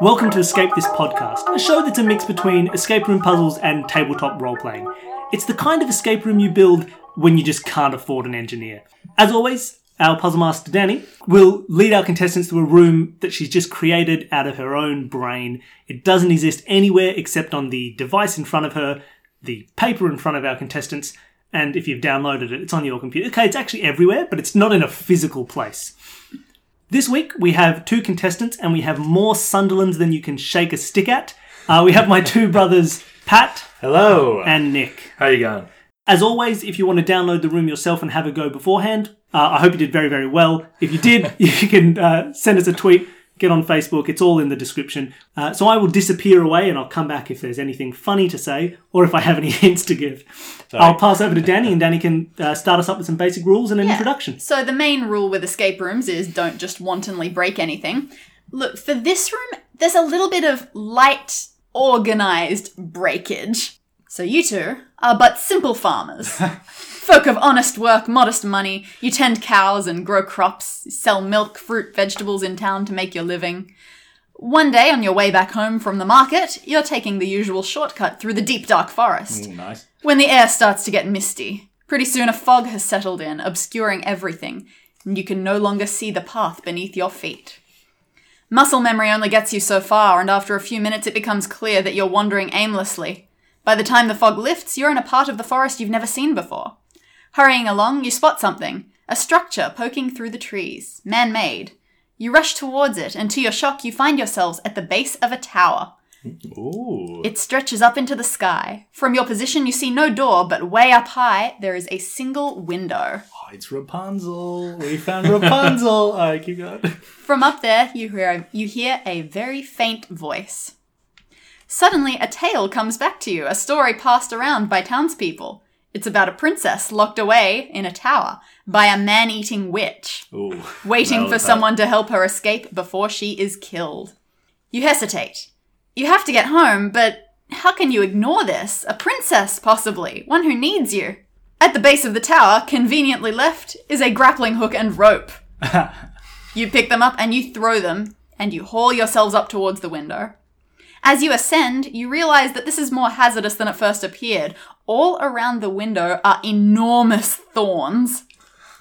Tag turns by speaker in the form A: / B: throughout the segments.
A: Welcome to Escape This Podcast, a show that's a mix between escape room puzzles and tabletop role playing. It's the kind of escape room you build when you just can't afford an engineer. As always, our puzzle master Danny will lead our contestants through a room that she's just created out of her own brain. It doesn't exist anywhere except on the device in front of her, the paper in front of our contestants, and if you've downloaded it, it's on your computer. Okay, it's actually everywhere, but it's not in a physical place. This week we have two contestants and we have more Sunderlands than you can shake a stick at. Uh, we have my two brothers, Pat
B: Hello.
A: and Nick.
B: How you going?
A: As always, if you want to download the room yourself and have a go beforehand, uh, I hope you did very, very well. If you did, you can uh, send us a tweet, get on Facebook, it's all in the description. Uh, so I will disappear away and I'll come back if there's anything funny to say or if I have any hints to give. I'll pass over to Danny and Danny can uh, start us up with some basic rules and an introduction.
C: So the main rule with escape rooms is don't just wantonly break anything. Look, for this room, there's a little bit of light, organized breakage. So you two are but simple farmers. Folk of honest work, modest money, you tend cows and grow crops, sell milk, fruit, vegetables in town to make your living. One day, on your way back home from the market, you're taking the usual shortcut through the deep dark forest
B: nice.
C: when the air starts to get misty. Pretty soon a fog has settled in, obscuring everything, and you can no longer see the path beneath your feet. Muscle memory only gets you so far, and after a few minutes it becomes clear that you're wandering aimlessly. By the time the fog lifts, you're in a part of the forest you've never seen before. Hurrying along, you spot something a structure poking through the trees, man made. You rush towards it, and to your shock, you find yourselves at the base of a tower.
B: Ooh.
C: It stretches up into the sky. From your position, you see no door, but way up high, there is a single window.
B: Oh, it's Rapunzel. We found Rapunzel. All right, keep going.
C: From up there, you hear, you hear a very faint voice. Suddenly, a tale comes back to you, a story passed around by townspeople. It's about a princess locked away in a tower by a man eating witch.
B: Ooh.
C: waiting
B: Well,
C: for
B: that-
C: someone to help her escape before she is killed. You hesitate. You have to get home, but how can you ignore this? A princess, possibly, one who needs you. At the base of the tower, conveniently left, is a grappling hook and rope. you pick them up and you throw them, and you haul yourselves up towards the window. As you ascend, you realize that this is more hazardous than it first appeared. All around the window are enormous thorns.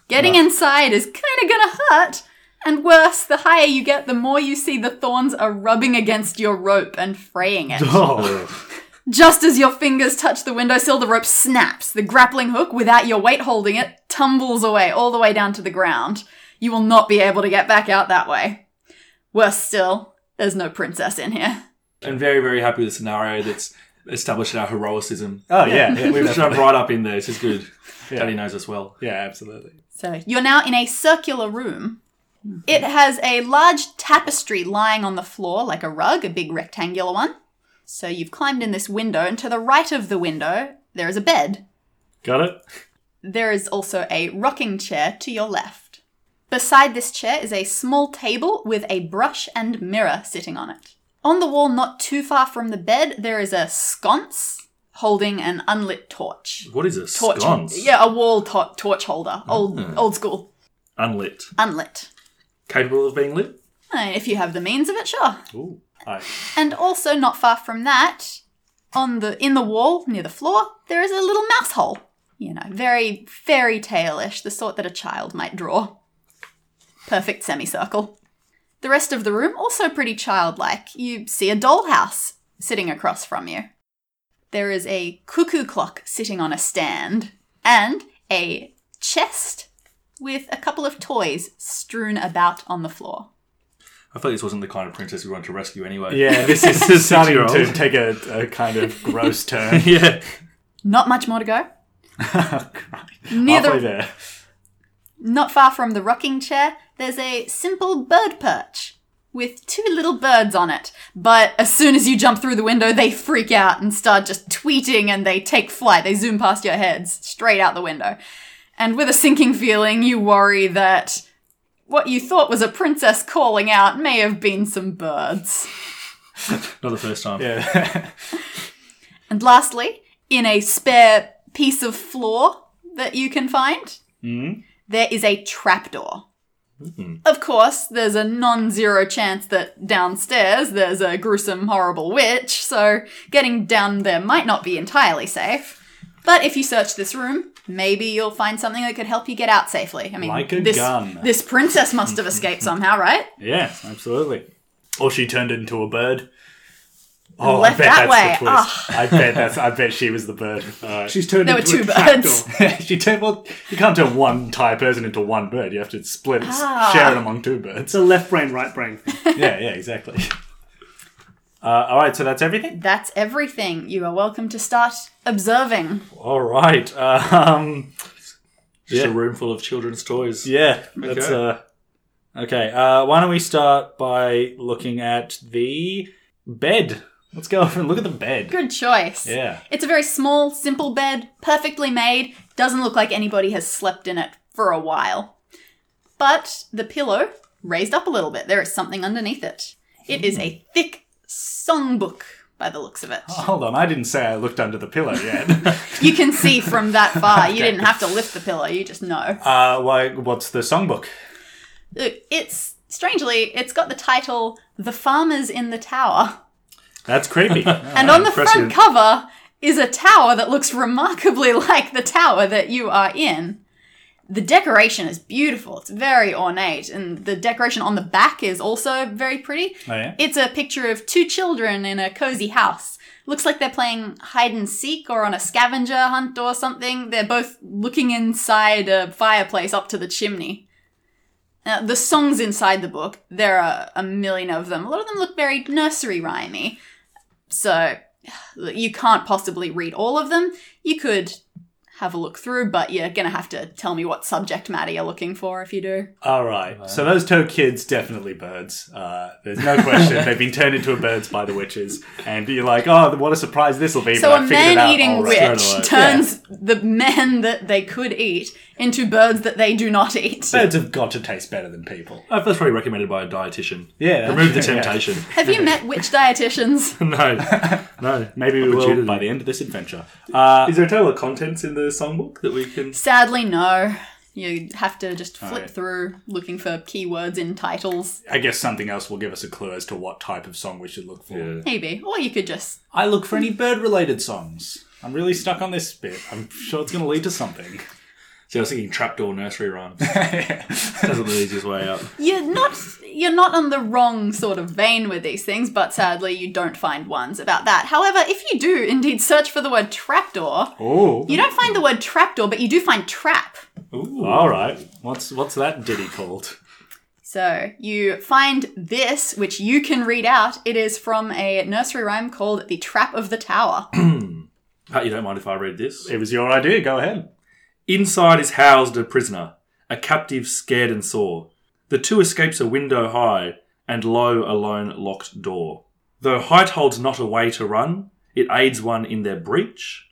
C: Getting inside is kind of gonna hurt. And worse, the higher you get, the more you see the thorns are rubbing against your rope and fraying it.
B: Oh.
C: Just as your fingers touch the windowsill, the rope snaps. The grappling hook, without your weight holding it, tumbles away all the way down to the ground. You will not be able to get back out that way. Worse still, there's no princess in here.
D: I'm very, very happy with the scenario that's established our heroicism.
B: Oh yeah. yeah,
D: We've
B: definitely.
D: jumped right up in there. This is good. Daddy knows us well.
B: yeah, absolutely.
C: So you're now in a circular room. It has a large tapestry lying on the floor, like a rug, a big rectangular one. So you've climbed in this window, and to the right of the window, there is a bed.
B: Got it.
C: There is also a rocking chair to your left. Beside this chair is a small table with a brush and mirror sitting on it. On the wall, not too far from the bed, there is a sconce holding an unlit torch.
D: What is a
C: Torch,
D: sconce?
C: yeah, a wall to- torch holder, old, old school,
D: Unlit.
C: unlit.
D: Capable of being lit?
C: Uh, If you have the means of it, sure.
B: Ooh. All right.
C: And also, not far from that, on the in the wall near the floor, there is a little mouse hole. You know, very fairy tale-ish, the sort that a child might draw. Perfect semicircle. The rest of the room also pretty childlike. You see a dollhouse sitting across from you. There is a cuckoo clock sitting on a stand and a chest with a couple of toys strewn about on the floor.
D: I thought this wasn't the kind of princess we wanted to rescue anyway.
B: Yeah, this is this is starting to
D: Six-year-old.
B: take a, a kind of gross turn.
D: yeah.
C: Not much more to go.
B: oh, God.
C: Near the-
B: Halfway there.
C: Not far from the rocking chair, there's a simple bird perch with two little birds on it. But as soon as you jump through the window, they freak out and start just tweeting and they take flight. They zoom past your heads, straight out the window. And with a sinking feeling, you worry that what you thought was a princess calling out may have been some birds.
D: Not the first time.
B: Yeah.
C: And lastly, in a spare
D: Mm-hmm.
C: piece of floor that you can find, there is a trapdoor. Of course, there's a non zero chance that downstairs there's a gruesome, horrible witch, so getting down there might not be entirely safe. But if you search this room, maybe you'll find something that could help you get out safely. I mean,
D: Like a
C: this,
D: gun.
C: this princess must have escaped somehow, right?
D: Yeah, absolutely. Or she turned into a bird. Oh,
C: left that way.
D: I bet that's. I bet she was the bird.
B: Ah.
D: Alright.
B: She's turned
C: There were
B: into
C: two
B: a trapdoor.
C: birds.
D: she turned. Well, you can't turn one Thai person into one bird. You have to split it,
B: Ah.
D: share it among two birds.
A: It's a left brain, right brain thing.
D: yeah, yeah, exactly. Uh, all right, so that's everything.
C: That's everything. You are welcome to start observing.
D: All right. Um,
E: Just
D: Yeah.
E: a room full of children's toys.
D: yeah, that's uh, okay. Uh, why don't we start by looking at the bed? Let's go over and look at the bed.
C: Good choice.
D: Yeah.
C: It's a very small, simple bed, perfectly made. Doesn't look like anybody has slept in it for a while. But the pillow raised up a little bit. There is something underneath it. It is a thick songbook by the looks of it.
D: Hold on, I didn't say I looked under the pillow yet.
C: You can see from that far. You didn't have to lift the pillow, you just know.
D: uh, why? What's the songbook?
C: Look, It's strangely, it's got the title The Farmers in the Tower.
D: That's creepy. Oh,
C: And on the front
D: Impressive.
C: cover is a tower that looks remarkably like the tower that you are in. The decoration is beautiful. It's very ornate. And the decoration on the back is also very pretty.
D: Oh, yeah?
C: It's a picture of two children in a cozy house. Looks like they're playing hide and seek or on a scavenger hunt or something. They're both looking inside a fireplace up to the chimney. Now, the songs inside the book, there are a million of them. A lot of them look very nursery rhymey. So you can't possibly read all of them. You could have a look through, but you're going to have to tell me what subject matter you're looking for if you do.
D: All right. So those two kids definitely birds. Uh, there's no question. They've been turned into birds by the witches, and you're like, oh, what a surprise this will be.
C: So
D: but I
C: a
D: figured it out
C: man-eating
D: already.
C: witch turns the men that they could eat into birds that they do not eat.
D: Birds have got to taste better than people.
E: Oh, that's probably recommended by a dietitian.
D: Yeah,
E: Remove the
D: yeah.
E: temptation.
C: Have you met witch dietitians?
E: no. No.
D: Maybe we will
E: Opportunity.
D: by the end of this adventure. Uh,
E: Is there a table of contents in the songbook that we can.
C: Sadly, no. You have to just flip
D: Alright.
C: through looking for keywords in titles,
D: I guess something else will give us a clue as to what type of song we should look for.
C: maybe. Or you could just.
D: I look for any bird-related songs. I'm really stuck on this bit. I'm sure it's going to lead to something.
E: See, I was thinking trapdoor nursery rhymes. That's not the easiest way up.
C: You're not. You're not on the wrong sort of vein with these things, but sadly, you don't find ones about that. However, if you do indeed search for the word trapdoor,
D: Oh,
C: you don't find the word trapdoor, but you do find trap.
D: all right. What's what's that ditty called?
C: So you find this, which you can read out. It is from a nursery rhyme called The Trap of the Tower.
E: Pat, you don't mind if I read this?
D: It was your idea. Go ahead.
E: Inside is housed a prisoner, a captive scared and sore. The two escapes a window high, and low a lone locked door. Though height holds not a way to run, it aids one in their breach.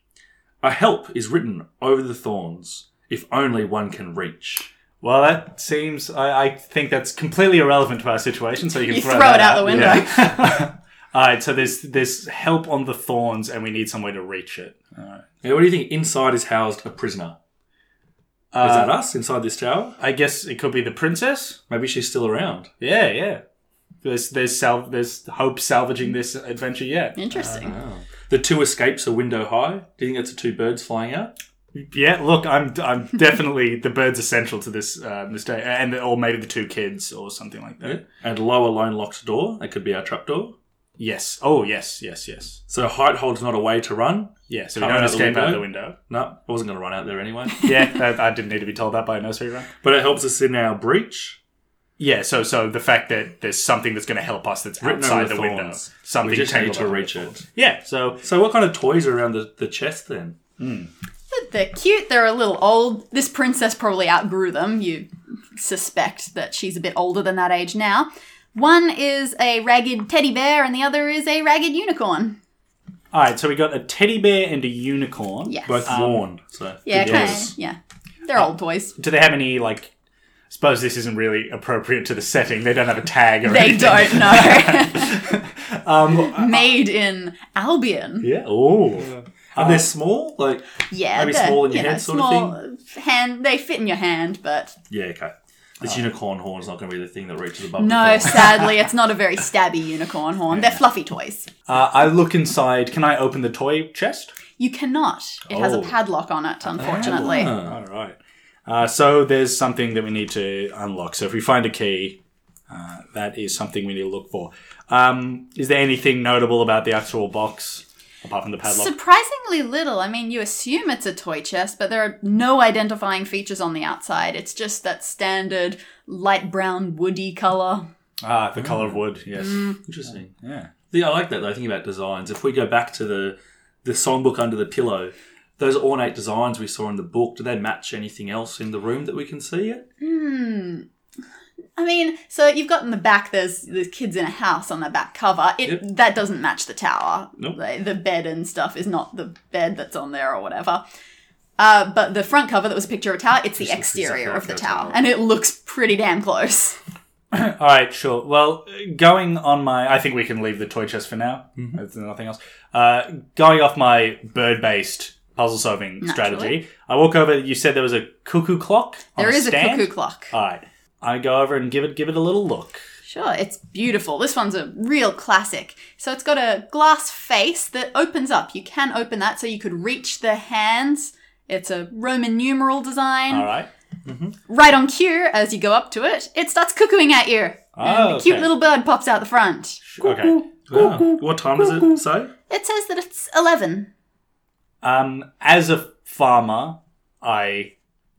E: A help is written over the thorns, if only one can reach.
D: Well, that seems. I, I think that's completely irrelevant to our situation. So you can
C: You
D: throw,
C: throw
D: that
C: it out the window.
D: Yeah. All right. So there's there's help on the thorns, and we need somewhere to reach it.
E: Now, what do you think? Inside is housed a prisoner. is that us inside this tower?
D: I guess it could be the princess.
E: Maybe she's still around.
D: Yeah, yeah. There's there's sal- there's hope salvaging this adventure yet.
C: Interesting.
E: The two escapes a window high. Do you think that's the two birds flying out?
D: Yeah. Look, I'm I'm definitely the birds essential to this uh, mistake, and or maybe the two kids or something like that.
E: And low a lone locked door. That could be our trapdoor.
D: Yes. Oh, yes, yes, yes,
E: So height holds not a way to run.
D: yeah. So we
E: Come
D: don't
E: out the
D: escape out
E: window.
D: the window.
E: No, I wasn't going to run out there anyway.
D: yeah, that, I didn't need to be told that by a nursery rhyme.
E: but it helps us in our breach.
D: Yeah, so so the fact that there's something that's going to help us that's
E: Written
D: outside
E: over
D: the
E: thorns.
D: window,
E: We
D: something
E: just need
D: tangled
E: to
D: up with
E: reach
D: the
E: it.
D: thorns. Yeah, so
E: So what kind of toys are around the, the chest then?
C: But They're cute, they're a little old. This princess probably outgrew them. You suspect that she's a bit older than that age now. One is a ragged teddy bear, and the other is a ragged unicorn.
D: all right, so we got a teddy bear and a unicorn.
C: Yes. Um,
E: Both worn. So
C: yeah,
E: good
C: kind of.
E: toys.
C: Yeah. They're old toys.
D: Do they have any like? I suppose this isn't really appropriate to the setting. They don't have a tag or
C: They
D: anything.
C: don't Um, know. Made in Albion.
D: Yeah. Oh.
E: And they're small. Like
C: Yeah,
E: Maybe
C: they're,
E: small in
C: you
E: your
C: know,
E: hand sort of
C: small Hand. They fit in your hand, but
E: yeah, okay. This unicorn horn's not going to be the thing that reaches above.
C: Oh. No,
E: the floor.
C: sadly, it's not a very stabby unicorn horn. They're fluffy toys.
D: Uh, I look inside. Can I open the toy chest?
C: You cannot. It has a
E: Oh.
C: padlock on it, unfortunately.
E: Ah.
D: All right. Uh, so there's something that we need to unlock. So if we find a key, uh, that is something we need to look for. Um, is there anything notable about the actual box apart from the padlock?
C: Surprisingly little. I mean, you assume it's a toy chest, but there are no identifying features on the outside. It's just that standard light brown woody color.
D: ah, the color
C: Mm.
D: of wood. Yes.
E: Interesting.
D: Yeah.
E: Yeah, I like that though. Thinking about designs, if we go back to the the songbook under the pillow, those ornate designs we saw in the book, do they match anything else in the room that we can see yet?
C: I mean, so you've got in the back. There's there's kids in a house on the back cover. It
E: Yep.
C: that doesn't match the tower.
E: Nope.
C: Like, the bed and stuff is not the bed that's on there or whatever. Uh, but the front cover that was a picture of a tower. It's the
E: Just looks
C: exterior
E: exactly
C: of the
E: like a
C: tower,
E: tower.
C: and it looks pretty damn close.
D: All right, sure. Well, going on my, I think we can leave the toy chest for now. There's nothing else. Uh, going off my bird-based puzzle solving
C: Naturally.
D: strategy, I walk over. You said there was a cuckoo clock. on
C: There is
D: stand? Oh.
C: a cuckoo clock.
D: All right, I go over and give it give it a little look.
C: Sure, it's beautiful. This one's a real classic. So it's got a glass face that opens up. You can open that so you could reach the hands. It's a Roman numeral design.
D: All right.
C: Right on cue, as you go up to it, it starts cuckooing at you. and
D: Oh,
C: a cute
D: okay.
C: little bird pops out the front.
D: Okay.
E: Ah. What time does it say?
C: It says that it's 11.
D: Um, as a farmer, I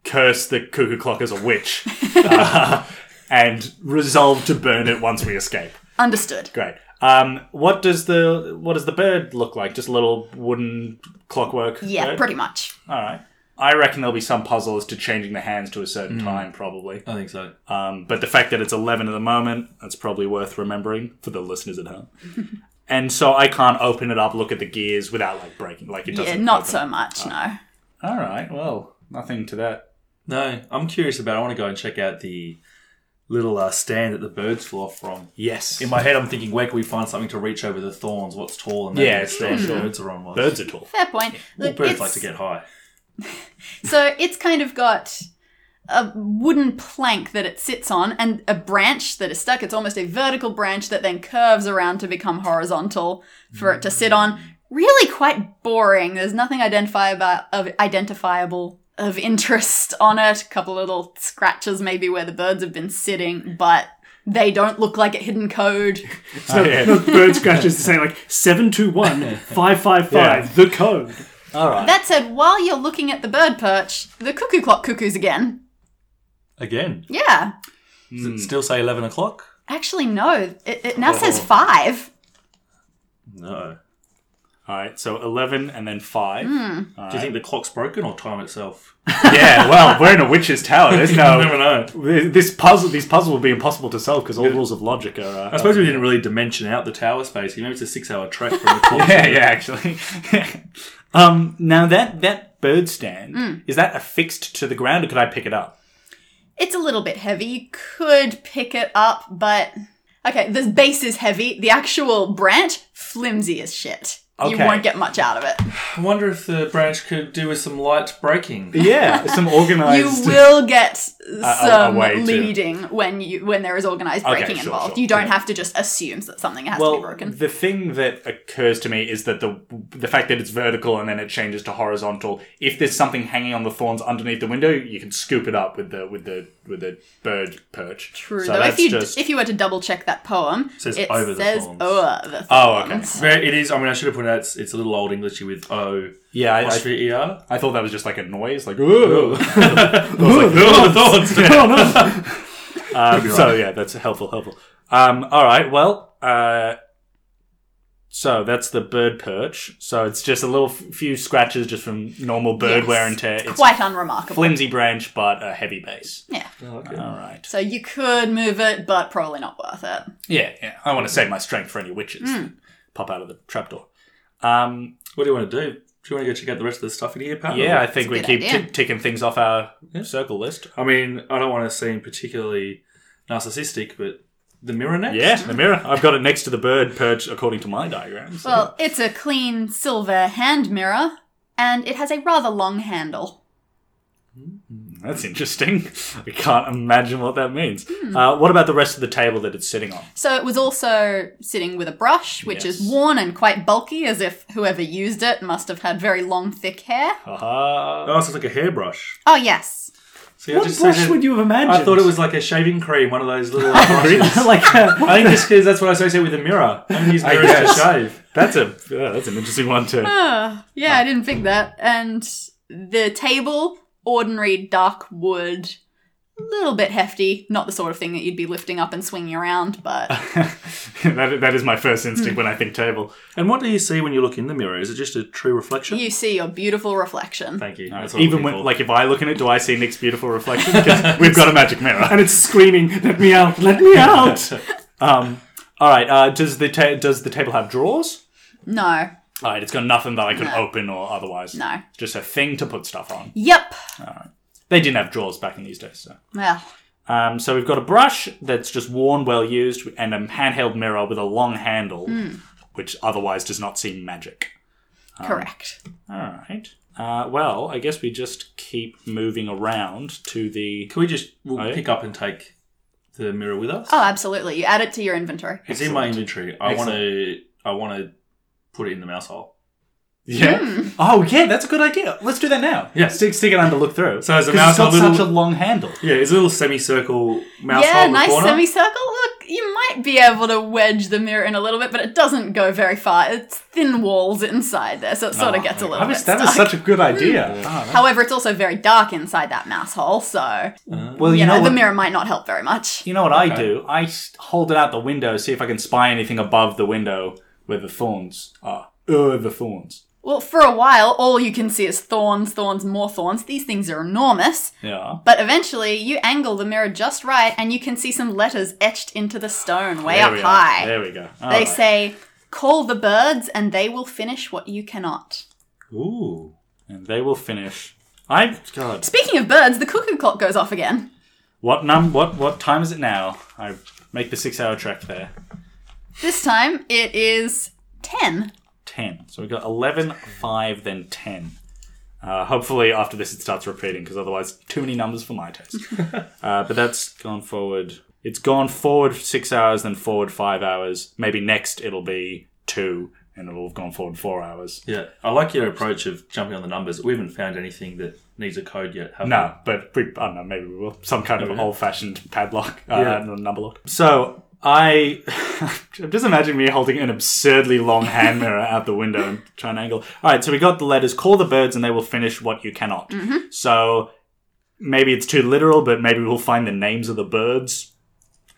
D: curse the cuckoo clock as a witch, uh, and resolve to burn it once we escape.
C: Understood.
D: Great. Um, what does the what does the bird look like? Just a little wooden clockwork.
C: Yeah,
D: bird?
C: pretty much.
D: All right. I reckon there'll be some puzzle as to changing the hands to a certain
A: Hmm.
D: time, probably.
E: I think so.
D: Um, but the fact that it's eleven at the moment, that's probably worth remembering for the listeners at home. and so I can't open it up, look at the gears without like breaking, like it
C: Yeah,
D: doesn't.
C: not
D: open.
C: so
E: Ah.
C: much, no.
D: All right. Well, nothing to that.
E: No, I'm curious about. I want to go and check out the little uh, stand that the birds flew off from.
D: Yes.
E: In my head, I'm thinking, where can we find something to reach over the thorns? What's tall and that
D: Yeah,
E: yeah, stand the birds are on? Was.
D: Birds are tall.
C: Fair point.
E: Well,
C: Look,
E: birds
C: it's-
E: like to get high.
C: So it's kind of got a wooden plank that it sits on and a branch that is stuck. It's almost a vertical branch that then curves around to become horizontal for it to sit on. Really quite boring. There's nothing identifiable of identifiable of interest on it. A couple little scratches maybe where the birds have been sitting, but they don't look like a hidden code.
A: So no, bird scratches to say like 721 555, the code.
D: All right.
C: That said, while you're looking at the bird perch, the cuckoo clock cuckoos again.
E: Again,
C: Yeah.
E: does it still say eleven o'clock?
C: Actually, no. It, it now says five.
E: No.
D: All right. So eleven and then five.
C: Hmm.
E: Do you think the clock's broken or time itself?
D: Yeah. Well, we're in a witch's tower. There's no.
E: You never know.
D: This puzzle, these puzzles will be impossible to solve because all rules of logic are. Uh,
E: I suppose we didn't really dimension out the tower space. Maybe it's a six-hour trek from the clock.
D: yeah, yeah, actually. um, now that that bird stand
C: Mm.
D: is that affixed to the ground, or could I pick it up?
C: It's a little bit heavy. You could pick it up, but okay, the base is heavy. The actual branch, flimsy as shit. You
D: Okay.
C: won't get much out of it.
E: I wonder if the branch could do with some light breaking.
D: Yeah, some
C: You
D: organized.
C: will get some
D: way to-
C: leading when you when there is organized
D: Okay,
C: breaking
D: sure,
C: involved.
D: sure,
C: You don't
D: yeah.
C: have to just assume that something has to be
D: Well,
C: broken.
D: the thing that occurs to me is that the the fact that it's vertical and then it changes to horizontal. If there's something hanging on the thorns underneath the window, you can scoop it up with the with the with the bird perch.
C: True,
D: So
C: though, if
D: that's
C: you
D: just
C: if you were to double check that poem,
E: Says
C: it
E: over the
C: says
E: thorns.
C: over the
D: Oh, okay.
C: thorns.
E: Very- It is. I mean, I should have pointed out it's, it's a little old Englishy with O
D: yeah. I, I,
E: apostrophe er.
D: I thought that was just like a noise, like ooh.
E: Oh, the thorns.
D: Um, so yeah, that's helpful, helpful. Um, all right, well, uh, so that's the bird perch. So it's just a little f- few scratches just from normal bird
C: Yes.
D: wear and tear. It's
C: Quite unremarkable.
D: flimsy branch, but a heavy base.
C: yeah.
D: All right.
C: So you could move it, but probably not worth it.
D: Yeah, yeah. I want to save my strength for any witches
C: Hmm.
D: that pop out of the trapdoor. Um,
E: What do you want to do? Do you want to go check out the rest of the stuff in here, Pat?
D: yeah, I think
C: a
D: we
C: good
D: keep
C: idea.
D: tick ticking things off our circle list.
E: I mean, I don't want to seem particularly narcissistic, but the mirror next.
D: Yeah, the mirror. I've got it next to the bird perch according to my diagrams.
C: Well, it's a clean silver hand mirror, and it has a rather long handle.
D: That's interesting. I can't imagine what that means.
C: Hmm.
D: Uh, what about the rest of the table that it's sitting on?
C: So it was also sitting with a brush, which is
D: Yes.
C: worn and quite bulky, as if whoever used it must have had very long, thick hair.
D: Aha.
E: Oh, so it's like a hairbrush.
C: Oh, yes.
E: See, I
A: What
E: just
A: brush
E: said it-
A: would you have imagined?
E: I thought it was like a shaving cream, one of those little
D: Oh,
E: uh, brushes.
A: like uh,
E: I think just because that's what I associate with a mirror. I use mirrors to
D: guess.
E: shave.
D: That's a yeah, that's an interesting one too.
C: Ah, yeah, I didn't think that. And the table, ordinary dark wood, a little bit hefty. Not the sort of thing that you'd be lifting up and swinging around, but
D: that, that is my first
C: Hmm.
D: instinct when I think table.
E: And what do you see when you look in the mirror? Is it just a true reflection?
C: you see your beautiful reflection.
E: Thank you. That's what I'm
D: Even
E: looking
D: when,
E: for.
D: like, if I look in it, do I see Nick's beautiful reflection? Because we've got a magic mirror.
A: and it's screaming, "Let me out! Let me out!"
D: Um, all right. Uh, does the ta- does the table have drawers?
C: No,
D: All right. It's got nothing that I can
C: No.
D: open or otherwise.
C: no.
D: Just a thing to put stuff on.
C: Yep.
D: They didn't have drawers back in these days. So,
C: Well,
D: um, so we've got a brush that's just worn, well used, and a handheld mirror with a long handle,
C: Hmm.
D: which otherwise does not seem magic.
C: correct.
D: All right. Uh, well, I guess we just keep moving around to the.
E: Can we just we'll
D: Oh, yeah?
E: pick up and take the mirror with us?
C: Oh, absolutely. You add it to your inventory.
E: it's in my inventory. I want to. I want to put it in the mouse hole.
D: Yeah.
C: Hmm.
D: Oh, yeah, that's a good idea. Let's do that now.
E: Yeah.
D: Stick, stick it under. Look through.
E: So as a
D: 'Cause
E: mouse,
D: it's got
E: a little-
D: such a Oh, long handle.
E: Yeah, it's a little semicircle mouse hole.
C: yeah,
E: in the
C: nice
E: corner.
C: semicircle. Look, you might be able to wedge the mirror in a little bit, but it doesn't go very far. It's thin walls inside there, so it sort of gets a little
D: Oh, I
C: bit
D: was, that was
C: stuck.
D: such a good idea. Ah,
C: However, it's also very dark inside that mouse hole, so
D: that- well,
C: you,
D: you,
C: know,
D: know,
C: the
D: what,
C: mirror might not help very much.
D: you know what I do? I s- hold it out the window, see if I can spy anything above the window where the thorns are. Uh, the thorns.
C: Well, for a while, all you can see is thorns, thorns, more thorns. These things are enormous,
D: Yeah.
C: but eventually you angle the mirror just right, and you can see some letters etched into the stone way
D: There
C: up
D: we are.
C: high.
D: There we go. All
C: They
D: right.
C: say, "Call the birds, and they will finish what you cannot."
E: Ooh.
D: And they will finish. I God.
C: Speaking of birds, the cuckoo clock goes off again.
D: What num? What what time is it now? I make the six-hour trek there.
C: This time it is 10.
D: 10. So we've got 11, 5, then 10. Uh, hopefully, after this, it starts repeating because otherwise, too many numbers for my taste. uh, but that's gone forward. It's gone forward six hours, then forward five hours. Maybe next it'll be two, and it'll have gone forward four hours.
E: Yeah, I like your approach of jumping on the numbers. We haven't found anything that needs a code yet. Have
D: No, but we, I don't know, maybe we will. Some kind of old fashioned padlock, uh,
E: Yeah.
D: n- number lock. So I just imagine me holding an absurdly long hand mirror out the window and trying to angle. All right, so we got the letters call the birds and they will finish what you cannot. So maybe it's too literal, but maybe we'll find the names of the birds.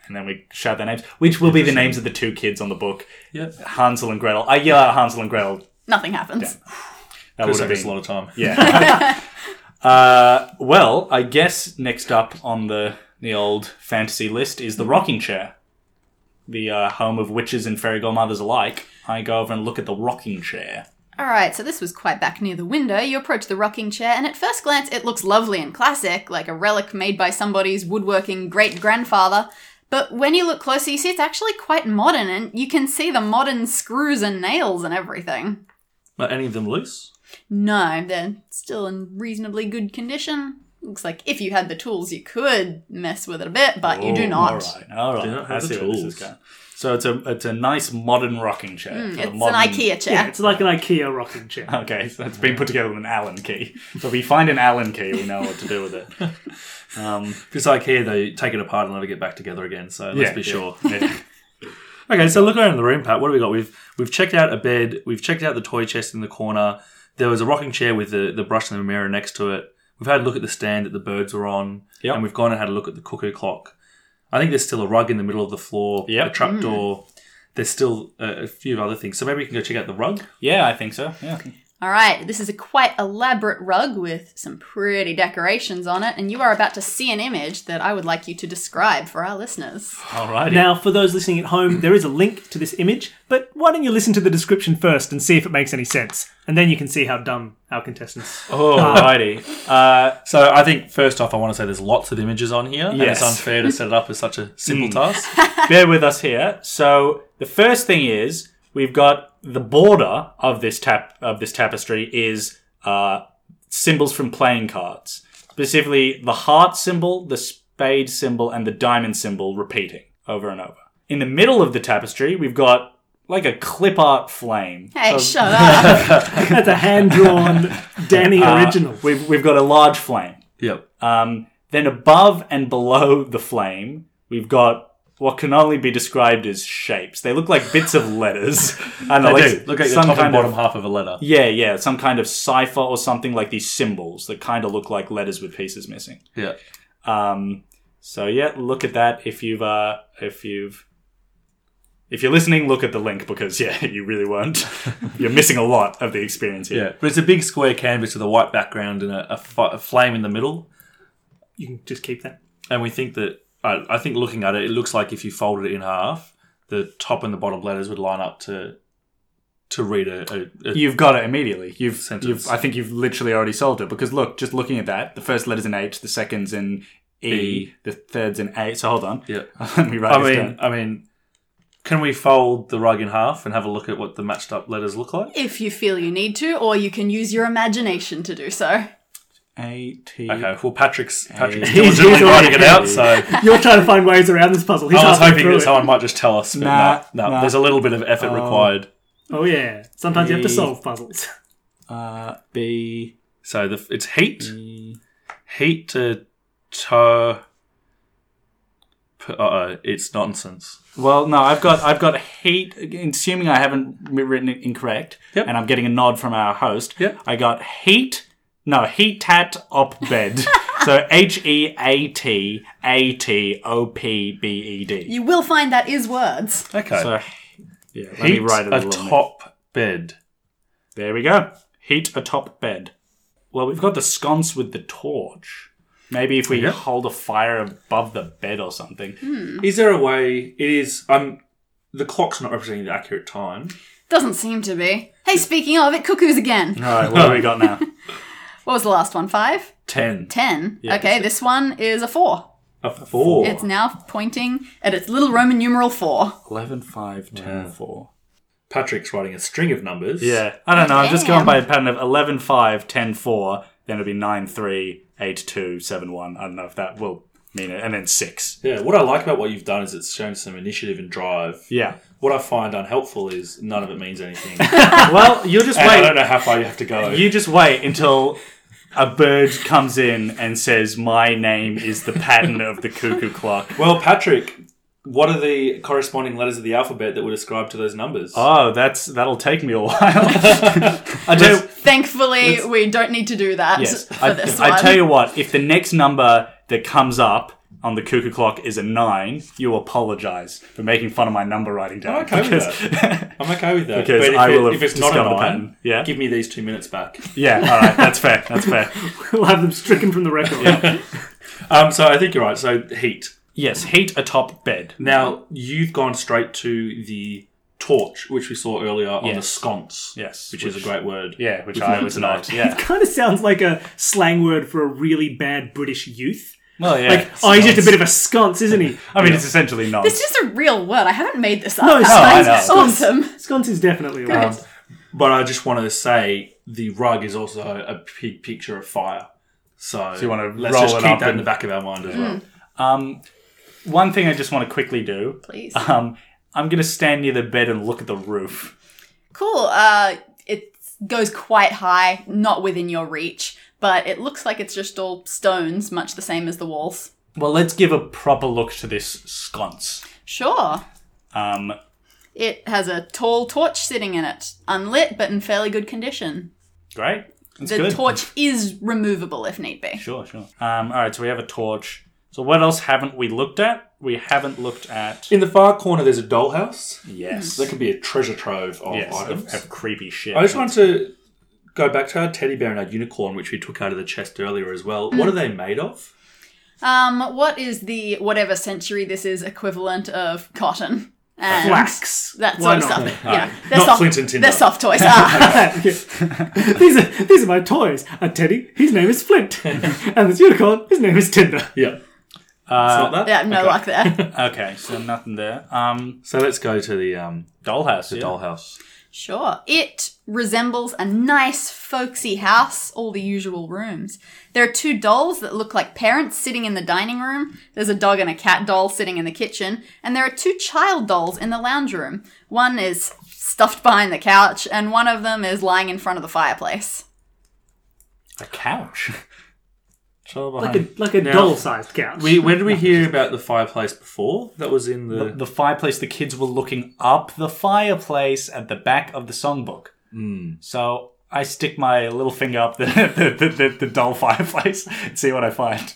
D: And then we shout their names, which will be the names of the two kids on the book,
E: we? Yeah,
D: Hansel and Gretel. I yell out Hansel and Gretel.
C: Nothing happens.
D: That
E: could
D: would have
E: save us
D: been
E: a lot of time.
D: yeah. uh, well, I guess next up on the the old fantasy list is the rocking chair, the uh, home of witches and fairy godmothers alike. I go over and look at the rocking chair.
C: All right, so this was quite back near the window. You approach the rocking chair, and at first glance, it looks lovely and classic, like a relic made by somebody's woodworking great grandfather. But when you look closer, you see it's actually quite modern, and you can see the modern screws and nails and everything.
E: Are any of them loose?
C: No, they're still in reasonably good condition. Looks like if you had the tools, you could mess with it a bit, but you do
D: Oh,
C: not.
D: All right, all
E: They don't
D: right. I
E: have the
D: see where this
E: tools.
D: is going. So it's a it's a nice modern rocking chair. for the
C: Hmm, It's
D: modern-
C: an IKEA chair.
A: Yeah, it's like an IKEA rocking chair.
D: Okay, so it's been put together with an Allen key. So if we find an Allen key, we know what to do with it. Um,
E: Because IKEA, they take it apart and never get back together again. So let's
D: Yeah,
E: be
D: yeah.
E: sure.
D: Yeah.
E: Okay, so look around the room, Pat. What have we got? We've we've checked out a bed. We've checked out the toy chest in the corner. There was a rocking chair with the, the brush and the mirror next to it. We've had a look at the stand that the birds were on,
D: Yep.
E: and we've gone and had a look at the cuckoo clock. I think there's still a rug in the middle of the floor,
D: Yep.
E: a trapdoor. There's still a, a few other things. So maybe we can go check out the rug.
D: yeah, I think so. Yeah.
C: All right, this is a quite elaborate rug with some pretty decorations on it, and you are about to see an image that I would like you to describe for our listeners.
D: All right.
A: Now, for those listening at home, there is a link to this image, but why don't you listen to the description first and see if it makes any sense, and then you can see how dumb our contestants.
E: Oh.
D: Alrighty. Uh,
E: So I think first off, I want to say there's lots of images on here, and
D: Yes.
E: it's unfair to set it up as such a simple task.
D: bear with us here. So the first thing is we've got the border of this tap of this tapestry is uh, symbols from playing cards. specifically the heart symbol, the spade symbol, and the diamond symbol repeating over and over. In the middle of the tapestry, we've got like a clip art flame.
C: Hey, shut up.
A: That's a hand drawn Danny
E: Uh,
A: original.
D: We've, we've got a large flame.
E: Yep.
D: Um, then above and below the flame, we've got what can only be described as shapes. They look like bits of letters. And they're
E: They
D: like
E: do. Look at the
D: some
E: top and
D: kind
E: bottom
D: of
E: half of a letter.
D: yeah, yeah, some kind of cipher or something like these symbols that kind of look like letters with pieces missing.
E: Yeah.
D: Um, so yeah, look at that if you've uh, if you've if you're listening, look at the link because yeah, you really weren't. you're missing a lot of the experience here.
E: Yeah. But it's a big square canvas with a white background and a, a, fi- a flame in the middle.
A: You can just keep that.
E: And we think that, I, I think looking at it, it looks like if you folded it in half, the top and the bottom letters would line up to to read a. a, a
D: You've got it immediately. You've,
E: Sentence.
D: you've I think you've literally already solved it because look, just looking at that, the first letter's an H, the second's an E,
E: E.
D: the third's an A. So hold on.
E: Yeah.
D: Let me write
E: I
D: this
E: mean,
D: down.
E: I mean, can we fold the rug in half and have a look at what the matched up letters look like?
C: if you feel you need to, or you can use your imagination to do so.
D: A T.
E: Okay. Well, Patrick's Patrick's
D: He's- he's
E: diligently
D: already
E: writing it out,
D: happy.
E: so.
A: You're trying to find ways around this puzzle. He's
E: Oh, I was
A: halfway
E: hoping
A: through
E: that
A: it.
E: someone might just tell us, but
D: Nah,
E: no, no,
D: nah.
E: there's a little bit of effort required.
A: Oh yeah. Sometimes you have to
D: Hey.
A: solve puzzles.
D: Uh, B.
E: So the, it's heat, heat to to. Uh oh, it's nonsense.
D: Well, no, I've got I've got heat. Assuming I haven't written it incorrect,
E: Yep.
D: and I'm getting a nod from our host.
E: Yep.
D: I got heat. No, heat tat op bed. so H E A T A T O P B E D.
C: You will find that is words.
E: Okay,
D: So yeah, let me
E: heat
D: write it a little. bit.
E: atop bed.
D: There we go. Heat atop bed. Well, we've got the sconce with the torch. Maybe if we
E: Yep.
D: hold a fire above the bed or something.
E: Is there a way? It is. Um, the clock's not representing the accurate time.
C: Doesn't seem to be. Hey, speaking of, it cuckoos again.
D: All right, what have we got now?
C: What was the last one? Five?
E: Ten.
C: Ten?
D: Yeah,
C: okay, this one is a four.
E: A four.
C: It's now pointing at its little Roman numeral four.
D: 11, 5, 10, 4.
E: Patrick's writing a string of numbers.
D: Yeah. I don't know. I'm just
C: Damn.
D: going by a pattern of 11, 5, 10, 4, then it'll be 9, 3, 8, 2, 7, 1. I don't know if that will mean it. And then 6.
E: Yeah. What I like about what you've done is it's shown some initiative and drive.
D: Yeah.
E: What I find unhelpful is none of it means anything.
D: Well, you'll just
E: And I don't
D: wait.
E: know how far you have to go.
D: You just wait until a bird comes in and says, My name is the pattern of the cuckoo clock.
E: Well, Patrick, what are the corresponding letters of the alphabet that were described to those numbers?
D: Oh, that's that'll take me a while. I do.
C: Thankfully, we don't need to do that for
D: I,
C: this
D: I
C: one.
D: tell you what, if the next number that comes up on the cuckoo clock is a nine, you apologise for making fun of my number writing down.
E: I'm okay with
D: that.
E: I'm okay with that.
D: Because
E: but if,
D: I will
E: it-
D: have
E: if it's not a
D: discovered the
E: nine,
D: pattern. Yeah.
E: give me these two minutes back.
D: yeah, all right, that's fair. That's fair.
A: we'll have them stricken from the record.
E: Um, so I think you're right. So heat.
D: Yes, heat atop bed.
E: Now you've gone straight to the torch, which we saw earlier on the
D: Yes.
E: sconce.
D: Yes,
E: which, is
D: which-
E: a great word.
D: Yeah, which
E: We've
D: I
E: learned
D: was
E: tonight.
D: not. Yeah.
A: kind of sounds like a slang word for a really bad British youth.
D: Well, yeah.
A: Like, oh, he's just a bit of a sconce, isn't he?
D: I mean, it's essentially not.
C: It's just a real word. I haven't made this up.
A: No, it's-
D: Oh, I
C: That's
D: know.
C: awesome.
A: Sconce is definitely a word.
E: But I just want to say the rug is also a big picture of fire. So,
D: you wanna
E: let's
D: roll
E: just
D: it
E: keep
D: up
E: that
D: and-
E: in the back of our mind as well.
D: Um, one thing I just want to quickly do.
C: Please.
A: Uh-huh.
D: Um, I'm gonna stand near the bed and look at the roof.
C: Cool. Uh, it goes quite high, not within your reach, but it looks like it's just all stones, much the same as the walls.
D: Well, let's give a proper look to this sconce.
C: Sure.
D: Um,
C: It has a tall torch sitting in it, unlit but in fairly good condition.
D: great. That's
C: the
D: good.
C: torch is removable if need be.
D: Sure, sure. Um, all right, so we have a torch. So what else haven't we looked at? We haven't looked at
E: In the far corner, there's a dollhouse.
D: yes,
E: That could be a treasure trove of
D: yes, of,
E: items.
D: of creepy shit.
E: I just want to go back to our teddy bear and our unicorn, which we took out of the chest earlier as well.
C: Mm.
E: What are they made of?
C: Um, what is the whatever century this is equivalent of cotton? And
A: Wax.
C: That
A: Why
C: sort of
A: not?
C: stuff. Yeah.
E: Not flint and tinder.
C: They're soft toys. Ah,
A: these are these are my toys. A teddy, his name is Flint, and this unicorn, his name is Tinder.
E: Yeah. it's not that.
C: Yeah, no
E: Okay.
C: luck there.
D: Okay, so nothing there. Um,
E: So let's go to the um,
D: dollhouse.
E: the
D: yeah.
E: dollhouse.
C: sure. It resembles a nice, folksy house, all the usual rooms. There are two dolls that look like parents sitting in the dining room. There's a dog and a cat doll sitting in the kitchen. And there are two child dolls in the lounge room. One is stuffed behind the couch, and one of them is lying in front of the fireplace.
D: A couch.
E: Child
A: Like a
E: behind.
A: like a
E: Now-
A: doll-sized couch.
E: We, where did we hear about the fireplace before? That was in the.
D: The, the fireplace. The kids were looking up the fireplace at the back of the songbook.
E: Hmm.
D: So I stick my little finger up the the, the, the, the doll fireplace and see what I find.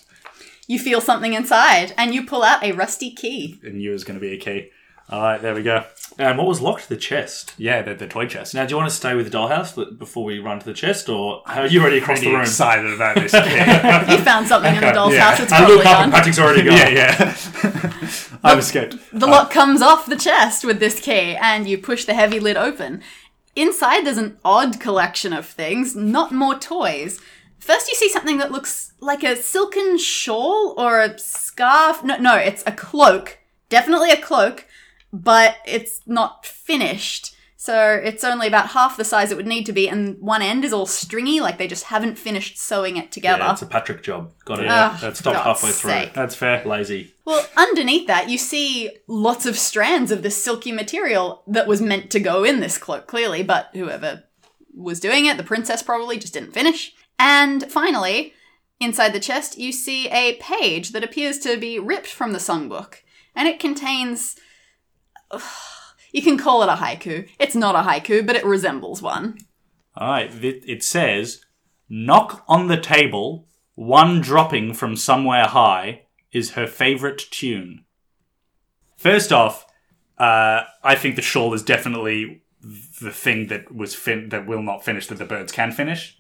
C: You feel something inside, and you pull out a rusty key.
D: And you is going to be a key. All right, there we go.
E: and what was locked? The chest.
D: Yeah, the, the toy chest.
E: Now, do you want to stay with the dollhouse li- before we run to the chest, or are you already across the
D: Pretty
E: room?
D: excited about this. yeah,
C: You found something in the doll's
D: Yeah.
C: house. It's
E: I Uh, look
C: probably
E: up and
C: gone.
E: Patrick's already gone.
D: yeah. I've escaped.
C: The
E: Uh,
C: lock comes off the chest with this key, and you push the heavy lid open. Inside, there's an odd collection of things, not more toys. First, you see something that looks like a silken shawl or a scarf. No, no, it's a cloak. Definitely a cloak, but it's not finished. So it's only about half the size it would need to be, and one end is all stringy, like they just haven't finished sewing it together.
E: Yeah, it's a Patrick job. Got it.
C: Yeah.
E: That stopped
C: Ugh,
E: halfway
C: God's
E: through.
C: sake.
E: That's fair. Lazy.
C: Well, underneath that, you see lots of strands of this silky material that was meant to go in this cloak, clearly, but whoever was doing it, the princess probably, just didn't finish. And finally, inside the chest, you see a page that appears to be ripped from the songbook, and it contains. You can call it a haiku. It's not a haiku, but it resembles one.
D: All right. It, it says, "Knock on the table. One dropping from somewhere high is her favorite tune." First off, uh, I think the shawl is definitely the thing that was fin- that will not finish that the birds can finish.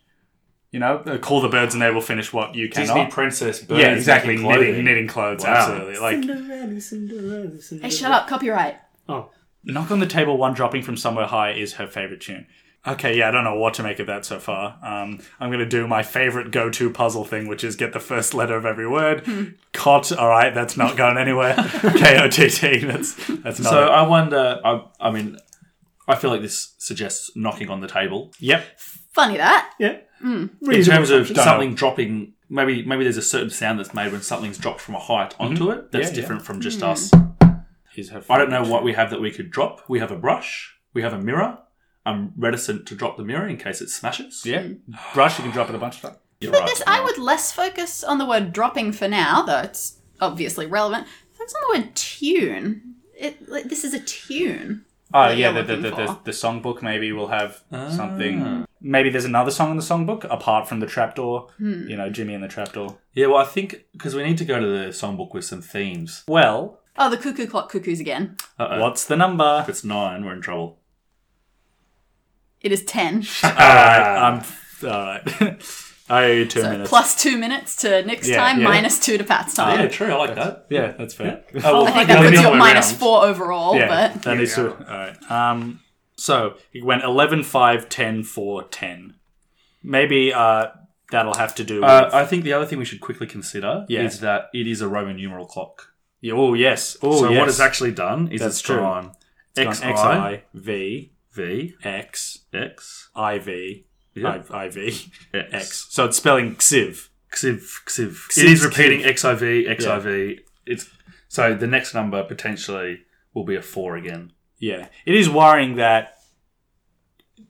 D: You know, uh, call the birds and they will finish what you cannot.
E: Disney princess bird.
D: yeah, exactly.
E: making clothing.
D: Knitting, knitting clothes,
E: Wow.
D: absolutely. Like
A: Cinderella, Cinderella, Cinderella.
C: Hey, shut up, copyright.
A: Oh,
D: Knock on the Table One Dropping from Somewhere High is her favorite tune. Okay, yeah, I don't know what to make of that so far. Um, I'm going to do my favorite go to puzzle thing, which is get the first letter of every
C: Hmm.
D: word. Cot, all right, that's not going anywhere. K O T T, that's, that's not.
E: So
D: it.
E: I wonder. I, I mean, I feel like this suggests knocking on the table
D: Yep.
C: Funny that.
A: yeah.
E: in terms of
D: Don't
E: something dropping. Maybe maybe there's a certain sound that's made when something's dropped from a height onto it. That's
D: Yeah,
E: different from just us.
D: Is her
E: I don't know what we have that we could drop. We have a brush. We have a mirror. I'm reticent to drop the mirror in case it smashes.
D: Yeah. Brush, you can drop it a bunch of times.
E: You're
C: But
E: right.
C: this, I would less focus on the word dropping for now, though it's obviously relevant. Focus on the word tune. It, like, this is a tune.
D: Oh
C: that
D: yeah,
C: you're
D: the, the, the,
C: looking
D: the,
C: for.
D: the songbook maybe will have something. Maybe there's another song in the songbook apart from the trapdoor.
C: Hmm.
D: You know, Jimmy and the trapdoor.
E: Yeah, well, I think because we need to go to the songbook with some themes.
D: Well,
C: Oh, the cuckoo clock cuckoos again.
E: Uh-oh.
D: what's the number?
E: If it's nine, we're in trouble.
C: It is 10. so
D: Alright, I'm alright. I two minutes.
C: plus two minutes to Nick's
D: Yeah,
C: time,
D: yeah.
C: minus two to Pat's
E: Yeah,
C: time.
E: true. I like that.
D: yeah, that's fair.
E: Oh,
C: I think
E: no,
C: that puts
E: the
C: you
E: other
C: at
E: way
C: minus
E: around.
C: four overall,
D: yeah,
C: but
D: that is to, alright. Um so it went 11, 5, 10, 4, 10. Maybe uh that'll have to do with
E: Uh, I think the other thing we should quickly consider
D: Yeah.
E: is that it is a Roman numeral clock.
D: Yeah, oh yes. Oh
E: so
D: yes.
E: what it's actually done is
D: That's
E: it's
D: true.
E: gone
D: It's
E: X
D: gone
E: I
D: XI, V,
E: V
D: X,
E: X
D: IV,
E: Yeah.
D: I- IV, X.
E: X
D: So it's spelling Xiv.
E: Xiv Xiv.
D: Xiv,
E: It is
D: Xiv.
E: repeating XIV XIV. It's so the next number potentially will be a four again.
D: Yeah, it is worrying that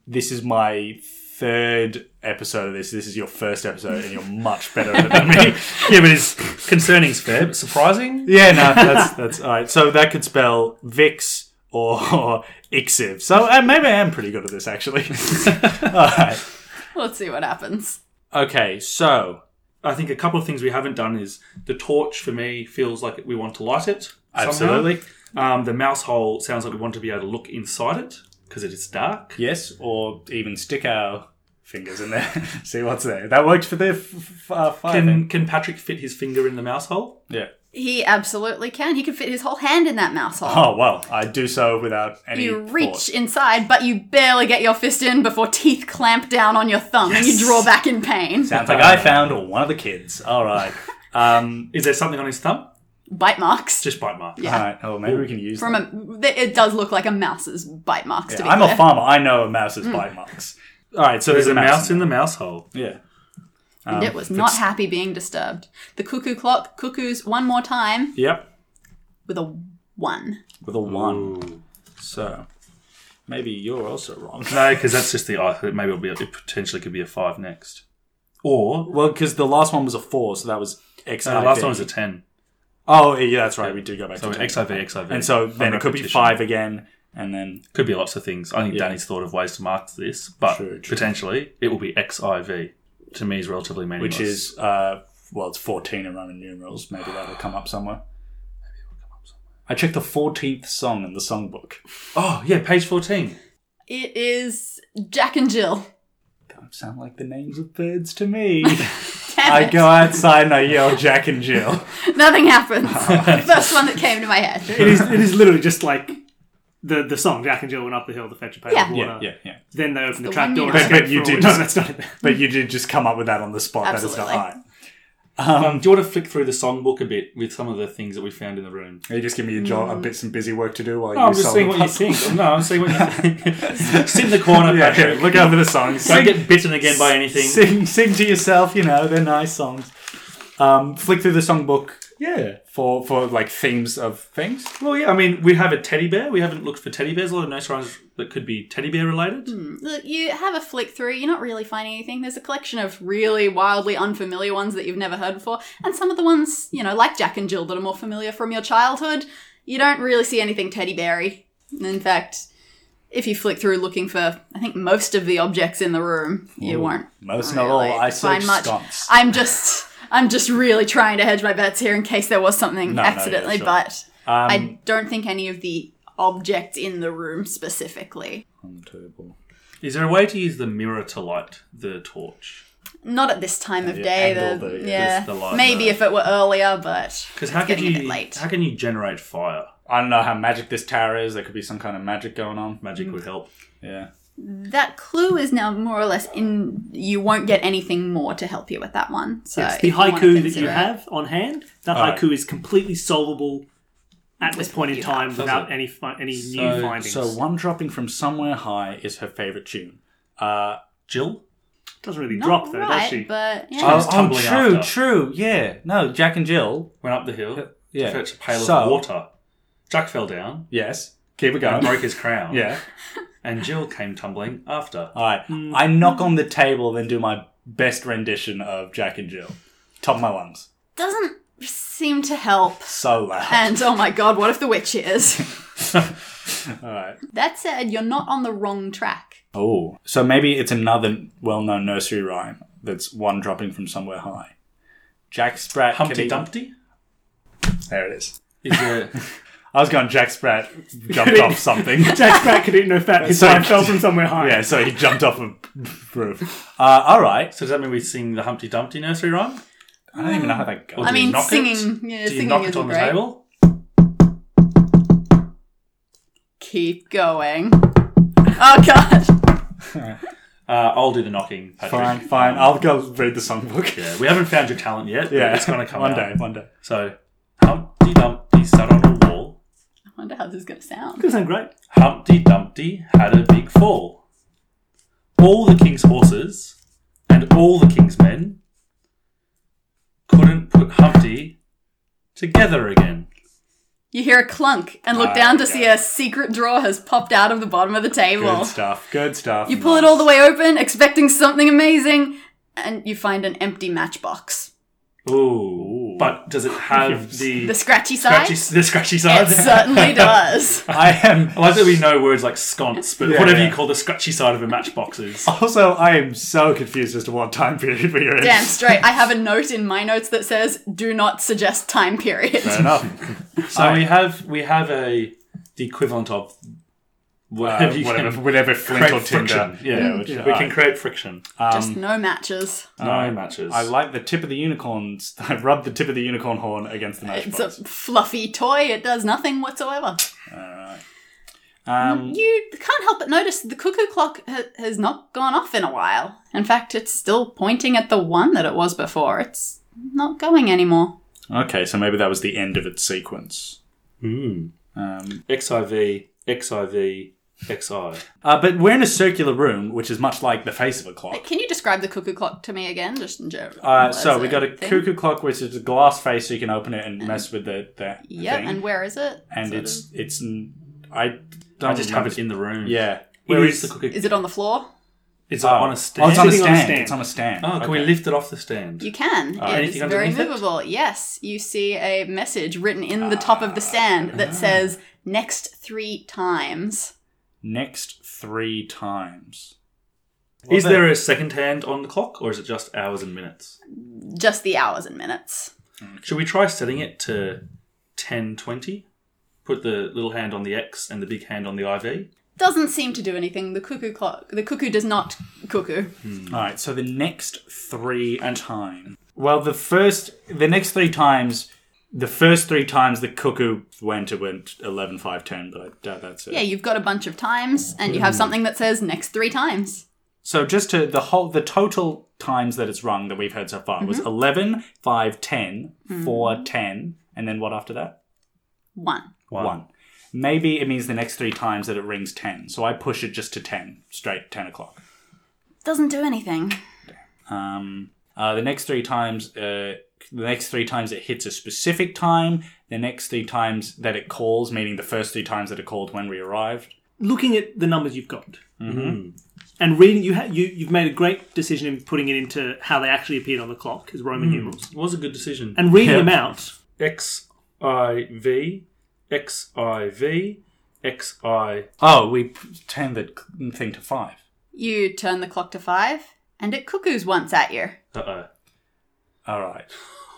D: this is my third episode of this. This is your first episode, and you're much better at it than me.
E: yeah, but it's concerning. fair, but surprising.
D: Yeah, no, that's that's all right. So that could spell Vix or, or Ixiv. So uh, maybe I am pretty good at this, actually. all right.
C: let's see what happens.
D: Okay, so
E: I think a couple of things we haven't done is the torch for me feels like we want to light it. somehow.
D: Absolutely.
E: Um, the mouse hole sounds like we want to be able to look inside it because it is dark.
D: yes, or even stick our fingers in there, see what's there. That worked for the f- f- uh, fire.
E: Can
D: thing.
E: can Patrick fit his finger in the mouse hole?
D: yeah.
C: He absolutely can. He can fit his whole hand in that mouse hole.
D: Oh well, I do so without any.
C: You
D: thought.
C: reach inside, but you barely get your fist in before teeth clamp down on your thumb and you draw back in pain.
D: Sounds like I found one of the kids. All right. Um,
E: Is there something on his thumb?
C: bite marks.
E: Just bite marks.
C: Yeah.
D: All right. Oh, maybe we can use
C: From
D: that.
C: a, th- it does look like a mouse's bite marks.
D: Yeah,
C: to be
D: I'm
C: fair. Hmm.
D: a farmer. I know a mouse's bite marks.
E: All right, so there's, a mouse in the mouse hole.
D: Yeah.
C: and it was not happy being disturbed. The cuckoo clock cuckoos one more time
D: Yep.
C: with a one.
D: With a one. So maybe you're also wrong.
E: No, because that's just the eye. Maybe it'll be. It potentially could be a five next, or
D: Well, because the last one was a four, so that was XIV.
E: no, the Uh, last one was a ten.
D: Oh, yeah, that's right. We do go back
E: So
D: to 10.
E: XIV, XIV,
D: And so
E: on
D: then it could be
E: repetition.
D: five again, and then
E: Could be lots of things. I think
D: Yeah.
E: Danny's thought of ways to mark this, but
D: True, true.
E: potentially it will be XIV. To me, is relatively meaningless.
D: which is uh, well, it's fourteen in Roman numerals. Maybe that'll come up somewhere. I checked the fourteenth song in the songbook.
E: oh yeah, page fourteen.
C: It is Jack and Jill.
D: Don't sound like the names of birds to me.
C: Damn
D: I
C: it.
D: go outside and I yell Jack and Jill.
C: Nothing happens. First one that came to my head.
A: It is, it is literally just like the, the song Jack and Jill went up the hill to fetch a pail
C: Yeah.
A: of water.
D: Yeah, yeah, yeah.
A: Then they opened the,
C: the
A: trap
C: one
A: door. and
C: you know.
A: escaped
D: But you
A: for a
D: did-
A: walk. No, that's not it.
D: But you did just come up with that on the spot. That is not right.
C: Absolutely.
E: Um, do you want to flick through the songbook a bit with some of the things that we found in the room?
D: You just give me a job, a bit some busy work to do while you
E: Oh, I'm just
D: solve
E: seeing
D: the
E: what you
D: puzzle.
E: think. No, I'm seeing what you think. Sit in the corner,
D: Yeah,
E: Patrick.
D: look over the songs.
E: Don't
D: Sing,
E: get bitten again by anything.
D: sing, sing to yourself. You know they're nice songs. Um, flick through the songbook
E: Yeah.
D: for for like themes of things.
E: Well, yeah. I mean, we have a teddy bear. We haven't looked for teddy bears. A lot of nurse rhymes that could be teddy bear related.
C: Look, you have a flick through, you're not really finding anything. There's a collection of really wildly unfamiliar ones that you've never heard before, and some of the ones, you know, like Jack and Jill that are more familiar from your childhood, you don't really see anything teddy beary. In fact, if you flick through looking for, I think, most of the objects in the room, you won't.
D: Most
C: really
D: not all. I
C: find
D: search
C: much.
D: sconce.
C: I'm just. I'm just really trying to hedge my bets here in case there was
D: No,
C: something
D: no, yeah,
C: accidentally,
D: sure.
C: but
D: Um,
C: I don't think any of the objects in the room specifically.
D: on the table.
E: Is there a way to use the mirror to light the torch?
C: Not at this time of
D: Yeah,
C: day.
D: angle
C: The,
D: the-
C: yeah,
E: this- the light,
C: maybe
E: no.
C: if it were earlier, but
E: Because how
C: it's
E: could
C: getting a
E: you
C: bit late.
E: how can you generate fire?
D: I don't know how magic this tower is. There could be some kind of magic going on.
E: Magic
C: Hmm.
E: would help.
D: Yeah.
C: that clue is now more or less in. You won't get anything more to help you with that one. So
A: Yes, the
C: uh, if wanna
A: haiku that
C: consider
A: you
C: it-
A: have on hand, that
D: Alright.
A: haiku is completely solvable at this
C: With
A: point
C: what
A: in
C: you
A: time without
E: it?
A: any fi- any new
E: So-
A: findings.
D: So one dropping from somewhere high is her favorite tune. Uh,
E: Jill,
A: Doesn't really
C: Not
A: drop though, does
C: right,
A: she?
C: But yeah.
E: Oh, tumbling
D: true,
E: after.
D: true. Yeah. No, Jack and Jill.
E: went up the hill
D: Yeah.
E: to fetch a pail
D: So-
E: of water. Jack fell down
D: Yes. Keep it
E: and
D: going.
E: broke his crown.
D: yeah.
E: and Jill came tumbling after.
D: All right.
E: Mm.
D: I knock on the table, then do my best rendition of Jack and Jill. Top of my lungs.
C: doesn't seem to help.
D: So loud.
C: And oh my god, what if the witch is?
D: All right.
C: that said, you're not on the wrong track.
D: Oh. So maybe it's another well known nursery rhyme that's one dropping from somewhere high. Jack Sprat.
E: Humpty
D: can eat-
E: Dumpty
D: There it is.
E: is a
D: I was going Jack Sprat jumped off something.
A: Jack Sprat could eat no fat because
D: Sorry.
A: I fell from somewhere high.
D: Yeah, so he jumped off a roof. Uh, all right.
E: so does that mean we sing the Humpty Dumpty nursery rhyme?
D: I don't even know how that goes.
E: Or
C: I
E: do you
C: mean,
E: knock it?
C: singing- yeah,
E: do you
C: singing
E: knock it
C: isn't
E: on the
C: great.
E: table?
C: Keep going. Oh god.
E: Uh, I'll do the knocking. Patrick.
D: Fine, fine. I'll go read the songbook.
E: Yeah, we haven't found your talent yet. but it's gonna come
D: one
E: out.
D: day. One day.
E: So Humpty Dumpty sat on a wall.
C: I wonder how this is gonna sound.
A: Doesn't sound great.
E: Humpty Dumpty had a big fall. All the king's horses and all the king's men couldn't put Humpty together again.
C: You hear a clunk and look
D: Ah,
C: down to
D: yeah.
C: see a secret drawer has popped out of the bottom of the
D: Good
C: table.
D: stuff. Good stuff.
C: You pull it all the way open, expecting something amazing, and you find an empty matchbox.
E: Ooh. But does it have the,
C: The scratchy side?
E: scratchy, the scratchy
C: It
E: side?
C: certainly does.
D: I am.
E: I like that we know words like sconce, but
D: Yeah,
E: whatever
D: yeah.
E: you call the scratchy side of a matchbox is.
D: Also, I am so confused as to what time period we're in.
C: Damn straight. I have a note in my notes that says, do not suggest time period.
D: Fair enough.
E: So we have we have a the equivalent of uh,
D: Uh,
E: whatever you
D: whatever,
E: can
D: whatever Flint or
E: create friction.
D: Tinder.
E: Yeah,
D: which-
E: we
D: alright.
E: can create friction.
D: Um,
C: Just no matches.
E: no matches.
D: I like the tip of the unicorn's. I rubbed the tip of the unicorn horn against the
C: It's
D: matchbox.
C: a fluffy toy. It does nothing whatsoever.
D: um,
C: You can't help but notice the cuckoo clock ha- has not gone off in a while. In fact, it's still pointing at the one that it was before. It's not going anymore.
D: Okay, so maybe that was the end of its sequence. Um,
E: XIV, XIV, XI.
D: uh, but we're in a circular room, which is much like the face of a clock.
C: Can you describe the cuckoo clock to me again, just in general?
D: Uh,
C: as
D: so we got a
C: thing?
D: cuckoo clock, which is a glass face, so you can open it and mess with the, the
C: Yep,
D: thing.
C: and where is it?
D: and
C: Sort
D: it's
C: of-
D: it's n- I don't
E: I just have
D: remember
E: it in the room.
D: Yeah,
E: Where
A: It
E: is,
A: is-
E: the cookie?
C: is it on the floor?
E: It's
D: Oh.
E: on a stand.
D: Oh, it's on a
A: Sitting
D: stand.
A: on a stand.
D: It's on a stand.
E: Oh, can we
D: Okay.
E: lift it off the stand?
C: You can.
D: Uh,
C: it is
E: anything
C: very
E: underneath it?
C: movable. Yes, you see a message written in the top
D: Ah.
C: of the stand that says "next three times."
D: next three times?
E: is there a second hand on the clock, or is it just hours and minutes?
C: Just the hours and minutes.
E: Should we try setting it to ten twenty? Put the little hand on the X and the big hand on the IV.
C: Doesn't seem to do anything. The cuckoo clock. The cuckoo does not cuckoo.
D: All right, so the next three and time. Well, the first, the next three times, the first three times the cuckoo went, it went 11, 5, 10, but I doubt that's it.
C: Yeah, you've got a bunch of times, and you have something that says "next three times."
D: So just to the whole, the total times that it's rung that we've heard so far was 11, 5, 10, 4, 10, and then what after that?
C: One.
D: One. Maybe it means the next three times that it rings 10. So I push it just to 10, straight 10 o'clock.
C: Doesn't do anything.
D: Um, uh, the next three times, uh, the next three times it hits a specific time. The next three times that it calls, meaning the first three times that it called when we arrived.
A: looking at the numbers you've got
D: Mm-hmm.
A: and reading you, ha- you you've made a great decision in putting it into how they actually appeared on the clock as roman numerals
E: It was a good decision.
A: and reading
D: Hmm. Yeah.
A: them out
E: XIV, XIV, XI.
D: Oh, we p- turned the c- thing to five.
C: You turn the clock to five, and it cuckoos once at you.
E: Uh oh.
D: All right.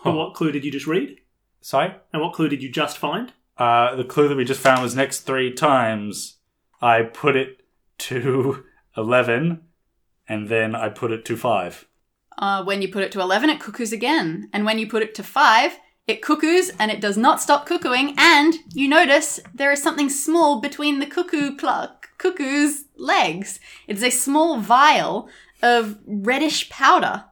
A: and what clue did you just read
D: Sorry?
A: and what clue did you just find
D: Uh, the clue that we just found was next three times. I put it to 11, and then I put it to five.
C: Uh, when you put it to 11, it cuckoos again. And when you put it to 5, it cuckoos and it does not stop cuckooing. And you notice there is something small between the cuckoo pluck, cuckoo's legs. It's a small vial of reddish powder.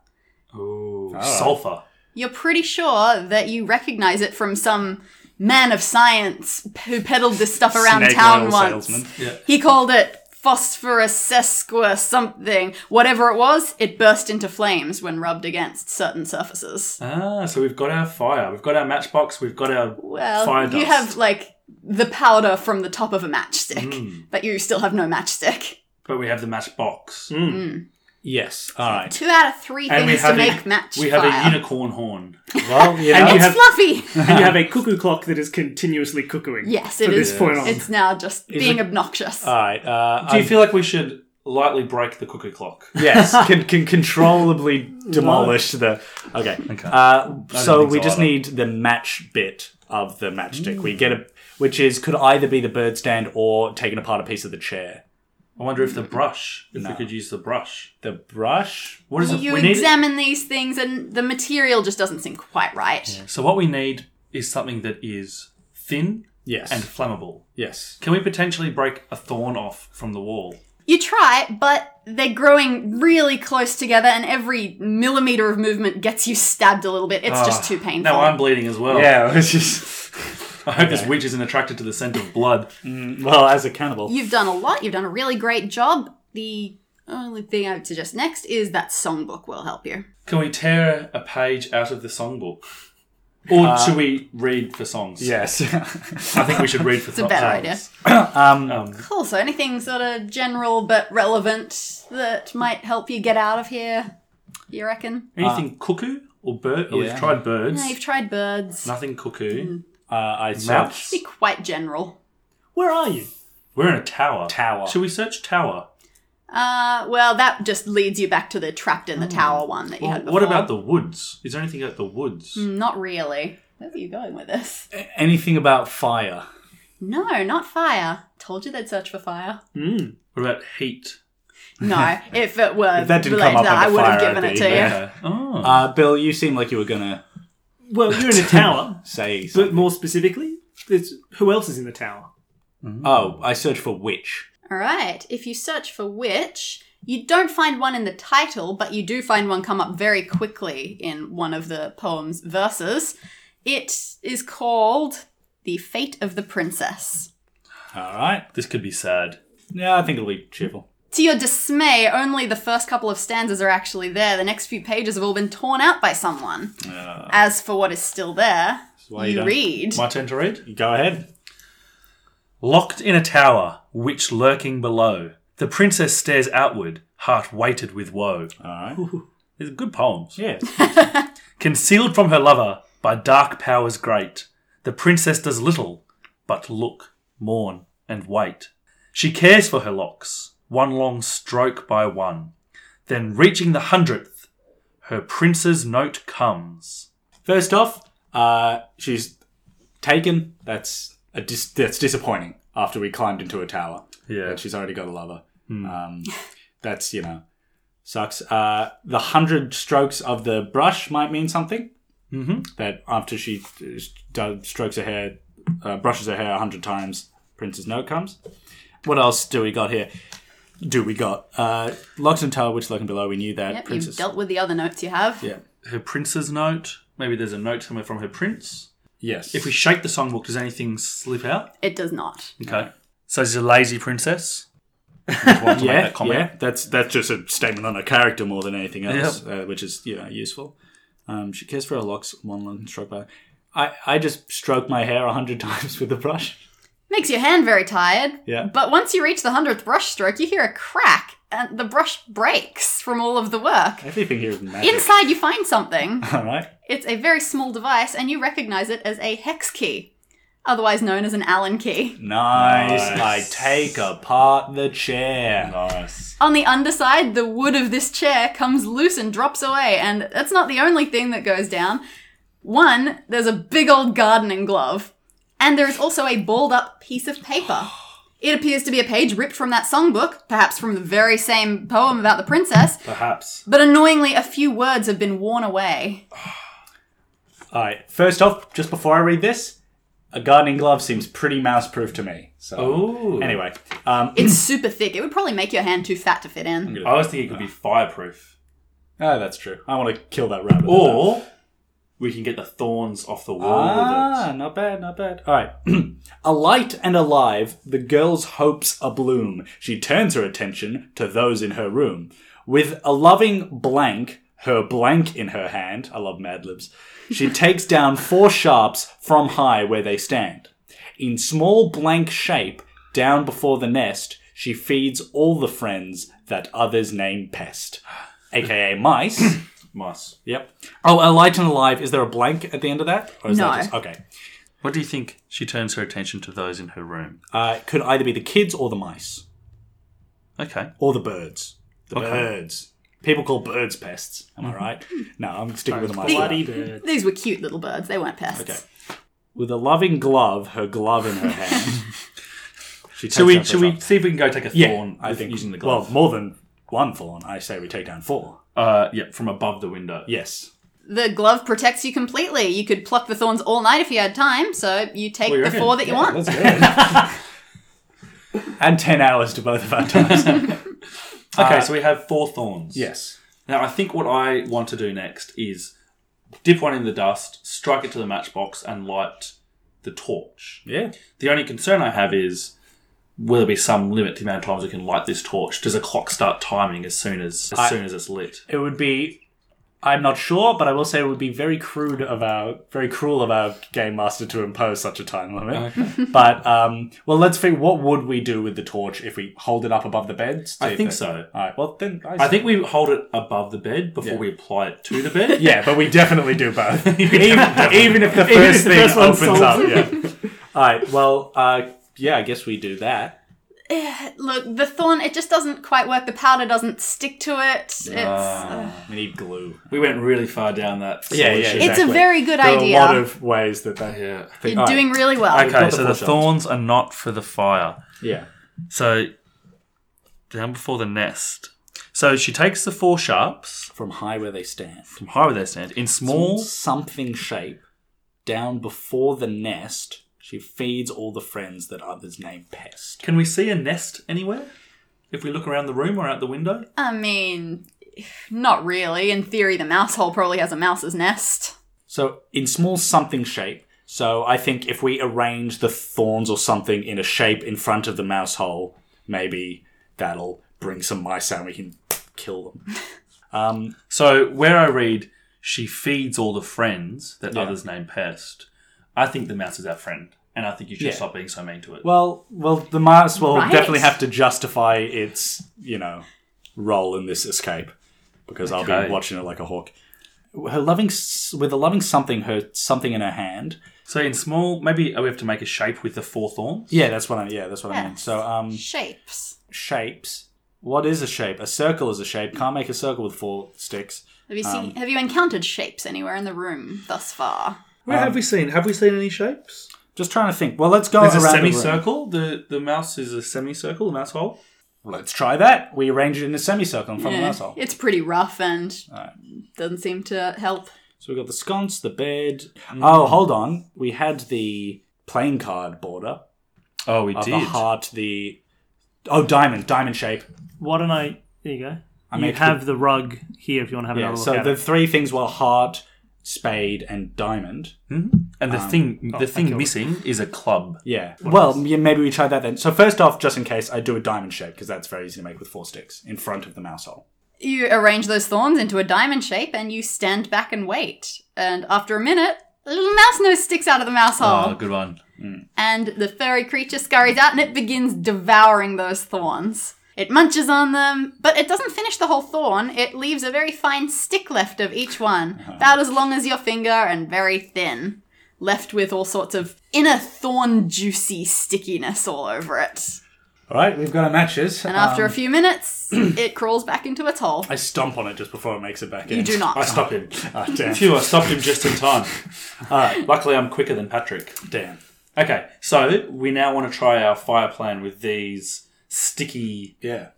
E: Ooh.
D: right.
E: Ah. Sulfur.
C: You're pretty sure that you recognize it from some man of science who peddled this stuff around
D: Snake
C: town
D: oil
C: once.
D: salesman.
C: He called it phosphorus sesqua something. Whatever it was, it burst into flames when rubbed against certain surfaces.
E: Ah, so we've got our fire. We've got our matchbox. We've got our
C: Well,
E: fire
C: you
E: dust.
C: have like the powder from the top of a matchstick,
E: Hmm.
C: but you still have no matchstick.
E: But we have the matchbox.
D: Yes. All right.
C: Two out of three
E: And we
C: things to
E: have a-
C: make match
E: We have
C: fire.
E: a unicorn horn.
D: Well, you know,
E: And you
C: it's
E: have-
C: fluffy.
A: and you have a cuckoo clock that is continuously cuckooing
C: yes,
A: from
C: it
A: this
C: is.
A: point on
C: It's now just being
D: it-
C: obnoxious.
D: all right. Uh,
E: Do you
D: I'm-
E: feel like we should lightly break the cuckoo clock?
D: yes, can can controllably demolish the. Okay.
E: Okay.
D: Uh, so
E: think
D: we
E: so
D: just
E: either.
D: need the match bit of the matchstick.
C: Hmm.
D: We get a, which is could either be the bird stand or taking apart a piece of the chair.
E: I wonder if the brush, if we could use the brush.
D: The brush.
E: What is it?
C: you
E: we need
C: examine these things, and the material just doesn't seem quite right.
E: So what we need is something that is thin
D: Yes.
E: and flammable.
D: yes.
E: Can we potentially break a thorn off from the wall?
C: You try, but they're growing really close together, and every millimeter of movement gets you stabbed a little bit. It's just too painful.
E: Now I'm bleeding as well.
D: Yeah. It's just
E: I hope this witch isn't attracted to the scent of blood.
D: well as a cannibal.
C: You've done a lot. You've done a really great job. The only thing I would suggest next is that songbook will help you.
E: Can we tear a page out of the songbook? Or
D: Uh,
E: should we read for songs?
D: Yes. Uh,
E: I think we should read for songs.
C: a better
D: um,
C: Cool. So anything sort of general but relevant that might help you get out of here, you reckon?
E: Anything cuckoo or bird?
D: Uh,
E: Oh,
D: Yeah.
E: we've tried birds.
C: No, Mm. you've tried birds.
E: Nothing cuckoo.
D: uh, I search.
E: Mouse.
C: Be quite general.
A: where are you
E: We're in a tower.
D: Tower.
E: Should we search tower?
C: Uh, well, that just leads you back to the trapped in the
D: Hmm.
C: tower one that you
E: Well,
C: had before. Mm.
E: what about the woods? Is there anything about the woods?
C: Not really. Where were you going with this?
D: Anything about fire?
C: No, not fire. Told you they'd search for fire.
E: What about heat?
C: No, if it were
D: If that didn't
C: related
D: come
C: to
D: up
C: that, I
D: under
C: would have
D: fire,
C: given
D: I'd
C: it
D: be
C: to you.
D: mad.
E: Yeah. Oh.
D: Uh, Bill, you seem like you were gonna
A: well you're in a tower
D: say.
A: but
D: Something.
A: more specifically it's, who else is in the tower
D: Oh, I search for witch.
C: All right. If you search for witch, you don't find one in the title, but you do find one come up very quickly in one of the poem's verses. It is called The Fate of the Princess.
D: All right.
E: This could be sad.
D: Yeah, I think it'll be cheerful.
C: To your dismay, only the first couple of stanzas are actually there. The next few pages have all been torn out by someone. As for what is still there,
D: why you
C: you
D: don't-
C: read.
E: My turn to read.
D: You go ahead.
E: Locked in a tower, witch lurking below, the princess stares outward, heart weighted with woe.
D: All right.
E: These are good poems.
D: Yeah.
E: Concealed from her lover by dark powers great, the princess does little but look, mourn, and wait. She cares for her locks, one long stroke by one. Then, reaching the hundredth, her prince's note comes.
D: First off, uh, she's taken. That's a dis- that's disappointing. After we climbed into a tower,
E: Yeah. Hmm.
D: that she's already got a lover. Um, that's you know sucks. Uh, the hundred strokes of the brush might mean something. Mm-hmm. That after she uh, does- strokes her hair, uh, brushes her hair a hundred times, Prince's note comes. What else do we got here? Do we got uh, locked and tower, which lurking below? We knew that
C: Yep,
D: Princess.
C: you've dealt with the other notes you have.
D: yeah.
E: Her prince's note. Maybe there's a note somewhere from her prince.
D: Yes.
E: If we shake the songbook, does anything slip out?
C: It does not.
E: Okay. So she's a lazy princess. I just wanted to make that comment.
D: yeah. That's that's just a statement on her character more than anything else, uh, which is you know useful. Um, she cares for her locks. One long stroke by. I I just stroke my hair a hundred times with a brush.
C: Makes your hand very tired.
D: Yeah.
C: But once you reach the hundredth brush stroke, you hear a crack and the brush breaks from all of the work.
D: Everything here is magic.
C: Inside, you find something.
D: All right.
C: It's a very small device, and you recognize it as a hex key, otherwise known as an Allen key.
D: Nice. I take apart the chair.
E: Nice.
C: On the underside, the wood of this chair comes loose and drops away, and that's not the only thing that goes down. One, there's a big old gardening glove, and there is also a balled up piece of paper. It appears to be a page ripped from that songbook, perhaps from the very same poem about the princess,
E: Perhaps.
C: but annoyingly, a few words have been worn away.
D: All right. First off, just before I read this, a gardening glove seems pretty mouse proof to me. So
E: Ooh.
D: anyway, um,
C: It's super thick. It would probably make your hand too fat to fit in.
E: I was thinking it could be fireproof.
D: oh, that's true. I want to kill that rabbit.
E: Or we can get the thorns off the wall with
D: Ah, not bad, not bad. All right. Alight and alive, the girl's hopes abloom. She turns her attention to those in her room. With a loving blank, her blank in her hand, I love Mad Libs, she takes down four sharps from high where they stand. In small blank shape, down before the nest, she feeds all the friends that others name pest, aka mice.
E: it. Mice.
D: Yep. Oh, alight and alive. Is there a blank at the end of that? Or is
C: No.
D: That just, okay.
E: What do you think? She turns her attention to those in her room.
D: Uh, it could either be the kids or the mice
E: Okay.
D: or the birds. The
E: Okay.
D: birds. People call birds pests. Am I right? no, I'm sticking with the mice.
A: Bloody bird.
C: These were cute little birds. They weren't pests.
D: Okay. With a loving glove, her glove in her hand. she takes
E: Should we
D: down
E: should
D: her
E: we
D: shop.
E: see if we can go take a
D: Yeah,
E: thorn
D: I
E: with-
D: think
E: using the glove?
D: Well, more than one thorn. I say we take down four.
E: uh, yeah, from above the window.
D: Yes.
C: The glove protects you completely. You could pluck the thorns all night if you had time, so you take
E: What do you
C: the
E: reckon?
C: four that you want.
D: And ten hours to both of our times.
E: Okay, so we have four thorns.
D: yes.
E: Now I think what I want to do next is dip one in the dust, strike it to the matchbox, and light the torch.
D: Yeah.
E: The only concern I have is will there be some limit to the amount of times we can light this torch? Does the clock start timing as soon as as
D: I-
E: soon as it's lit?
D: It would be. I'm not sure, but I will say it would be very crude of our, very cruel of our game master to impose such a time limit. but um, well, let's think. What would we do with the torch if we hold it up above the bed? See
E: I
D: if
E: think
D: it-
E: so.
D: All right. Well, then
E: I think we hold it above the bed before we apply it to the bed.
D: Yeah, but we definitely do both. even, even if the first
A: the
D: thing
A: first one
D: opens
A: solves
D: up. Yeah. All right. Well, uh, yeah. I guess we do that.
C: Look, the thorn, it just doesn't quite work. The powder doesn't stick to it. It's, uh,
D: We need glue.
E: We went really far down that.
D: Yeah, yeah,
E: solution.
D: yeah.
C: it's a
D: exactly.
C: very good
D: There
C: idea.
D: are a lot of ways that that.
E: Yeah.
C: You're
D: Alright.
C: doing really well.
E: Okay,
D: the
E: so the
D: torch out.
E: thorns are not for the fire.
D: Yeah.
E: So down before the nest. So she takes the four sharps
D: From high where they stand.
E: from high where they stand in small.
D: something shape down before the nest. She feeds all the friends that others name pest.
E: Can we see a nest anywhere? If we look around the room or out the window?
C: I mean, not really. In theory, the mouse hole probably has a mouse's nest.
D: So in small something shape. So I think if we arrange the thorns or something in a shape in front of the mouse hole, maybe that'll bring some mice out and we can kill them.
E: So where I read, she feeds all the friends that
D: Yeah.
E: others name pest. I think the mouse is our friend, and I think you should
D: Yeah.
E: stop being so mean to it.
D: Well, well, the mouse will
C: Right.
D: definitely have to justify its, you know, role in this escape because I'll
E: Okay.
D: be watching it like a hawk. Her loving s- with a loving something, her something in her hand.
E: so in small, maybe uh, we have to make a shape with the four thorns.
D: Yeah, that's what I. Yeah, that's what I mean.
C: Yes.
D: So, um,
C: Shapes.
D: shapes. What is a shape? A circle is a shape. Can't make a circle with four sticks.
C: Have you
D: Um,
C: seen? have you encountered shapes anywhere in the room thus far?
B: Where have we seen? Have we seen any shapes?
D: Just trying to think. Well, let's go
E: There's a
D: Oh, around the room.
E: semicircle. The the mouse is a semicircle. The mouse hole.
D: Let's try that. We arrange it in a semicircle in front of
C: Yeah.
D: the asshole.
C: It's pretty rough and doesn't seem to help.
D: So we've got the sconce, the bed.
E: Mm.
D: Oh, hold on. We had the playing card border.
E: Oh, we
D: Of
E: did.
D: the heart, the. Oh, diamond. Diamond shape.
A: Why don't I? There you go. you
D: make
A: have the... rug here if you want to have
D: Yeah,
A: another look
D: so
A: at
D: the
A: it.
D: three things were heart, spade, and diamond.
E: And the thing the
A: I
E: thing
A: killed it.
E: missing is a club.
D: Yeah. well, yeah, maybe we try that then. So first off, just in case, I do a diamond shape because that's very easy to make with four sticks in front of the mouse hole.
C: You arrange those thorns into a diamond shape and you stand back and wait. And after a minute, a little mouse nose sticks out of the mouse hole.
E: Oh, good one.
C: and the furry creature scurries out and it begins devouring those thorns. It munches on them, but it doesn't finish the whole thorn. It leaves a very fine stick left of each one, about as long as your finger and very thin, left with all sorts of inner thorn juicy stickiness all over it.
D: All right, we've got our matches. Uh,
C: And after
E: Um,
C: a few minutes, it crawls back into its hole.
D: I stomp on it just before it makes it back in.
C: You do not.
E: I stopped him.
D: Ah,
E: Uh,
D: damn.
E: Phew, I stopped him just in time. All right. Luckily, I'm quicker than Patrick.
D: Damn.
E: Okay, so we now want to try our fire plan with these sticky,
D: Yeah.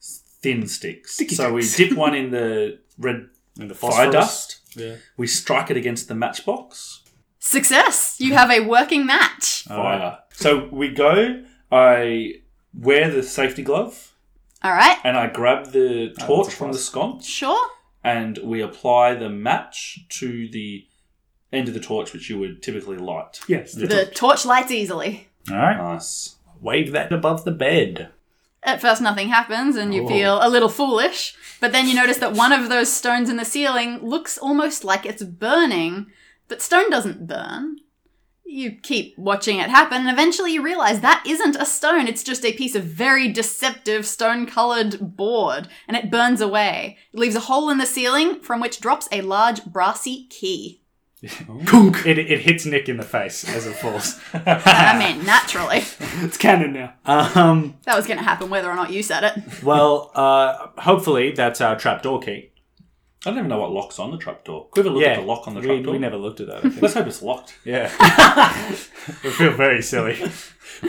E: thin sticks. so we dip one in the red
D: And the
E: fire
D: phosphorus.
E: dust.
D: Yeah.
E: We strike it against the matchbox.
C: Success! You have a working match.
E: Fire. So we go. I wear the safety glove
C: All right,
E: and I grab the torch
D: a
E: from the
D: plus.
E: sconce
C: sure.
E: and we apply the match to the end of the torch, which you would typically light.
A: yes,
C: The torch lights easily.
D: All right.
E: Nice.
D: Wave that above the bed.
C: At first, nothing happens, and you feel a little foolish. But then you notice that one of those stones in the ceiling looks almost like it's burning, but stone doesn't burn. You keep watching it happen, and eventually you realize that isn't a stone, it's just a piece of very deceptive stone colored board, and it burns away. It leaves a hole in the ceiling from which drops a large brassy key.
D: It, it hits Nick in the face as it falls.
C: I mean, naturally.
A: it's canon now.
D: um,
C: That was gonna happen whether or not you said it.
D: well, uh, hopefully that's our trapdoor key.
E: I don't even know what locks on the trapdoor. Quiver look at the lock on the
D: we,
E: trapdoor.
D: We never looked at that. I think.
E: Let's hope it's locked.
D: yeah. we feel very silly.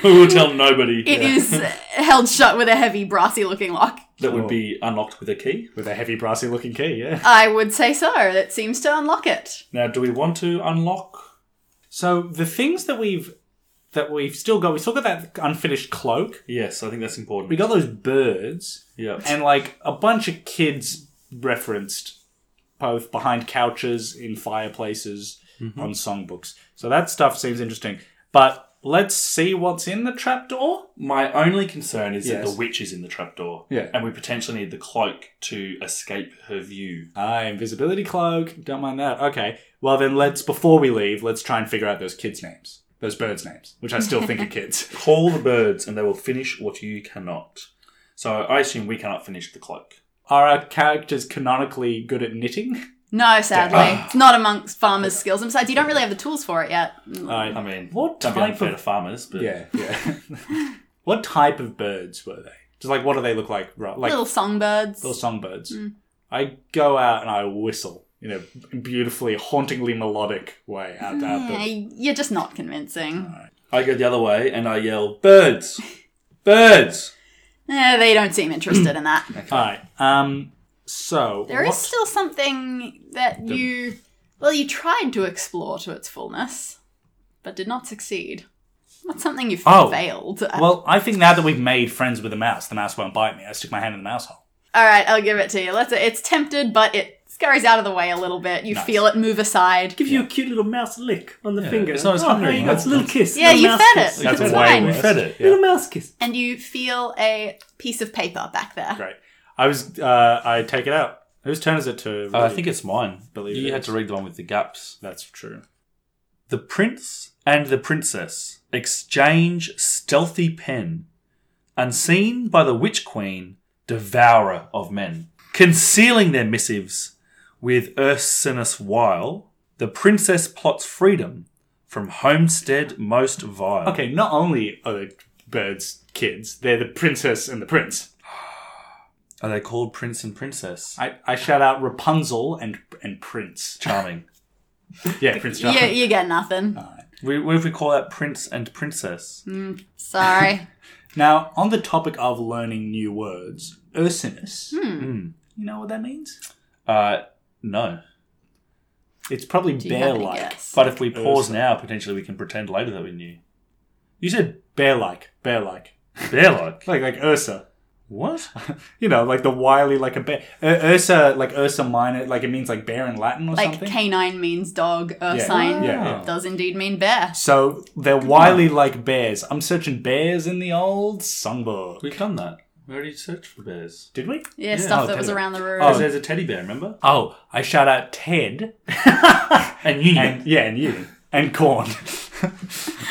E: We will tell nobody
C: It is uh held shut with a heavy brassy looking lock.
E: that would be unlocked with a key.
D: With a heavy brassy looking key, yeah.
C: I would say so. That seems to unlock it.
E: Now, do we want to unlock?
D: So the things that we've that we've still got, we still got that unfinished cloak.
E: Yes, I think that's important.
D: We got those birds,
E: yeah.
D: and like a bunch of kids referenced both behind couches, in fireplaces, on songbooks. So that stuff seems interesting. But let's see what's in the trapdoor.
E: My only concern is that
D: Yes.
E: the witch is in the trapdoor.
D: Yeah.
E: And we potentially need the cloak to escape her view.
D: Ah, invisibility cloak. Don't mind that. Okay. Well then, let's before we leave, let's try and figure out those kids' names, those birds' names, which I still think are kids.
E: Call the birds, and they will finish what you cannot. So I assume we cannot finish the cloak.
D: Are our characters canonically good at knitting?
C: No, sadly. it's not amongst farmers' skills. And besides, you don't really have the tools for it yet.
E: I mean,
D: What
E: that'd be
D: type
E: unfair
D: of-
E: to farmers, but
D: Yeah, yeah. what type of birds were they? Just like what do they look like? Right, like
C: Little Mm.
D: little,
C: songbirds.
D: songbirds. I go out and I whistle in a beautifully, hauntingly melodic way out, out
C: Yeah,
D: the.
C: you're just not convincing.
E: I go the other way and I yell, "Birds, birds!"
C: Eh, they don't seem interested in that.
D: All right. Um. So
C: There is
D: what-
C: still something that you. Well, you tried to explore to its fullness, but did not succeed. What's something you
D: Oh.
C: failed at?
D: Well, I think now that we've made friends with the mouse, the mouse won't bite me. I stick my hand in the mouse hole.
C: All right, I'll give it to you. Let's. It's tempted, but it Scurries out of the way a little bit. You feel it move aside.
A: Give you a cute little mouse lick on the finger.
E: it's not as
A: oh, there
E: hungry,
A: you go.
E: no.
A: It's a little kiss.
C: Yeah,
A: little
C: you
A: mouse
C: fed
A: kiss.
C: it.
D: That's
C: It's
D: way
C: fine.
D: worse.
E: Fed it. Yeah.
A: Little mouse kiss.
C: And you feel a piece of paper back there.
D: Great. I was. Uh, I take it out. Whose turn is it to?
E: Uh, I think it's mine.
D: Believe
E: you
D: it
E: had
D: is.
E: to read the one with the gaps.
D: that's true.
E: The prince and the princess exchange stealthy pen, unseen by the witch queen, devourer of men. Concealing their missives with ursinous wile, the princess plots freedom from homestead most vile.
D: Okay. Not only are the birds kids, they're the princess and the prince.
E: Are they called prince and princess?
D: I, I shout out Rapunzel and and Prince.
E: Charming.
D: Yeah, Prince
C: You,
D: Charming.
C: you get nothing.
D: Ah.
E: We- what if we call that prince and princess?
C: Sorry.
D: Now, on the topic of learning new words, ursinus.
C: Hmm.
E: Hmm.
D: You know what that means?
E: Uh, no.
D: It's probably
C: you have any
D: bear-like.
C: guess?
E: But if we pause
D: Ursa.
E: now, potentially we can pretend later that we knew.
D: You said bear-like, bear-like,
E: Bear like.
D: like like Ursa.
E: What?
D: You know, like the wily, like a bear. Ur- Ursa, like Ursa Minor, like it means like bear in Latin or
C: like
D: something.
C: canine means dog, ursine
D: yeah, yeah.
C: does indeed mean bear.
D: So they're wily like bears. I'm searching bears in the old songbook.
E: We've done that. We already searched for bears.
D: Did we?
C: Yeah, stuff
D: Oh,
C: that was
D: teddy bear.
C: around the room.
E: Oh, there's a teddy bear, remember?
D: Oh, I shout out Ted
E: And you
D: and yeah, and you and corn.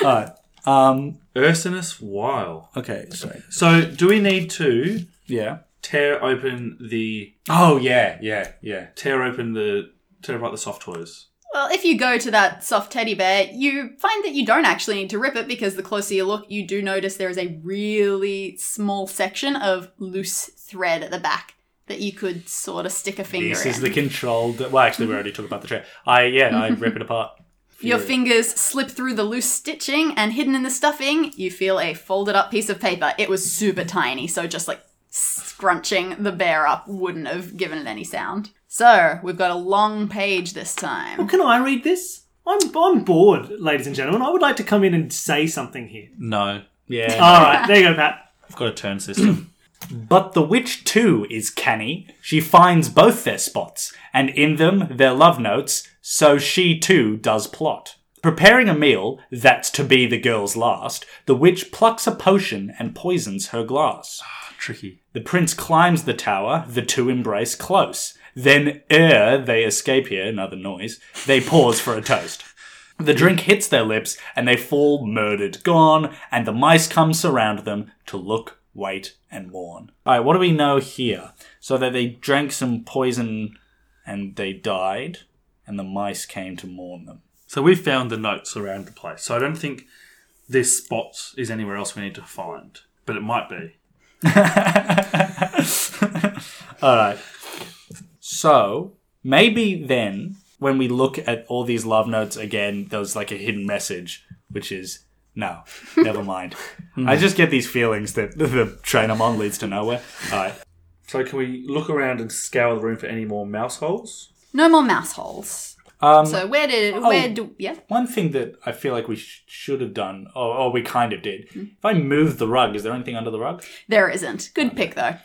D: All right. Um.
E: Ursinus Wile.
D: Okay. Sorry.
E: So, do we need to
D: Yeah.
E: tear open the
D: Oh yeah, yeah, yeah.
E: tear open the tear apart the soft toys?
C: Well, if you go to that soft teddy bear, you find that you don't actually need to rip it because the closer you look, you do notice there is a really small section of loose thread at the back that you could sort of stick a finger
D: This
C: in.
D: is the controlled. Well, actually, we already talked about the chair. I yeah, I rip it apart.
C: Your fingers slip through the loose stitching, and hidden in the stuffing, you feel a folded up piece of paper. It was super tiny, so just like scrunching the bear up wouldn't have given it any sound. So, we've got a long page this time.
A: Can I read this? I'm, I'm bored, ladies and gentlemen. I would like to come in and say something here.
E: No.
D: Yeah.
A: All right, there you go, Pat.
E: I've got a turn system.
D: But the witch too is canny. She finds both their spots, and in them their love notes, so she too does plot. Preparing a meal, that's to be the girl's last, the witch plucks a potion and poisons her glass.
E: Tricky.
D: The prince climbs the tower, the two embrace close. Then, ere they escape here, another noise, they pause for a toast. The drink hits their lips, and they fall murdered, gone, and the mice come surround them to look, wait, and mourn. Alright, what do we know here? So that they drank some poison and they died, and the mice came to mourn them.
E: So we found the notes around the place. So I don't think this spot is anywhere else we need to find, but it might be.
D: Alright. So, maybe then, when we look at all these love notes again, there's like a hidden message, which is no, never mind. I just get these feelings that the train I'm on leads to nowhere. Alright.
E: So can we look around and scour the room for any more mouse holes?
C: No more mouse holes.
D: Um,
C: So, where did.
D: oh.
C: Where do. Yeah?
D: One thing that I feel like we sh- should have done, or, or we kind of did,
C: Mm-hmm.
D: if I move the rug, is there anything under the rug?
C: There isn't. Good pick, though.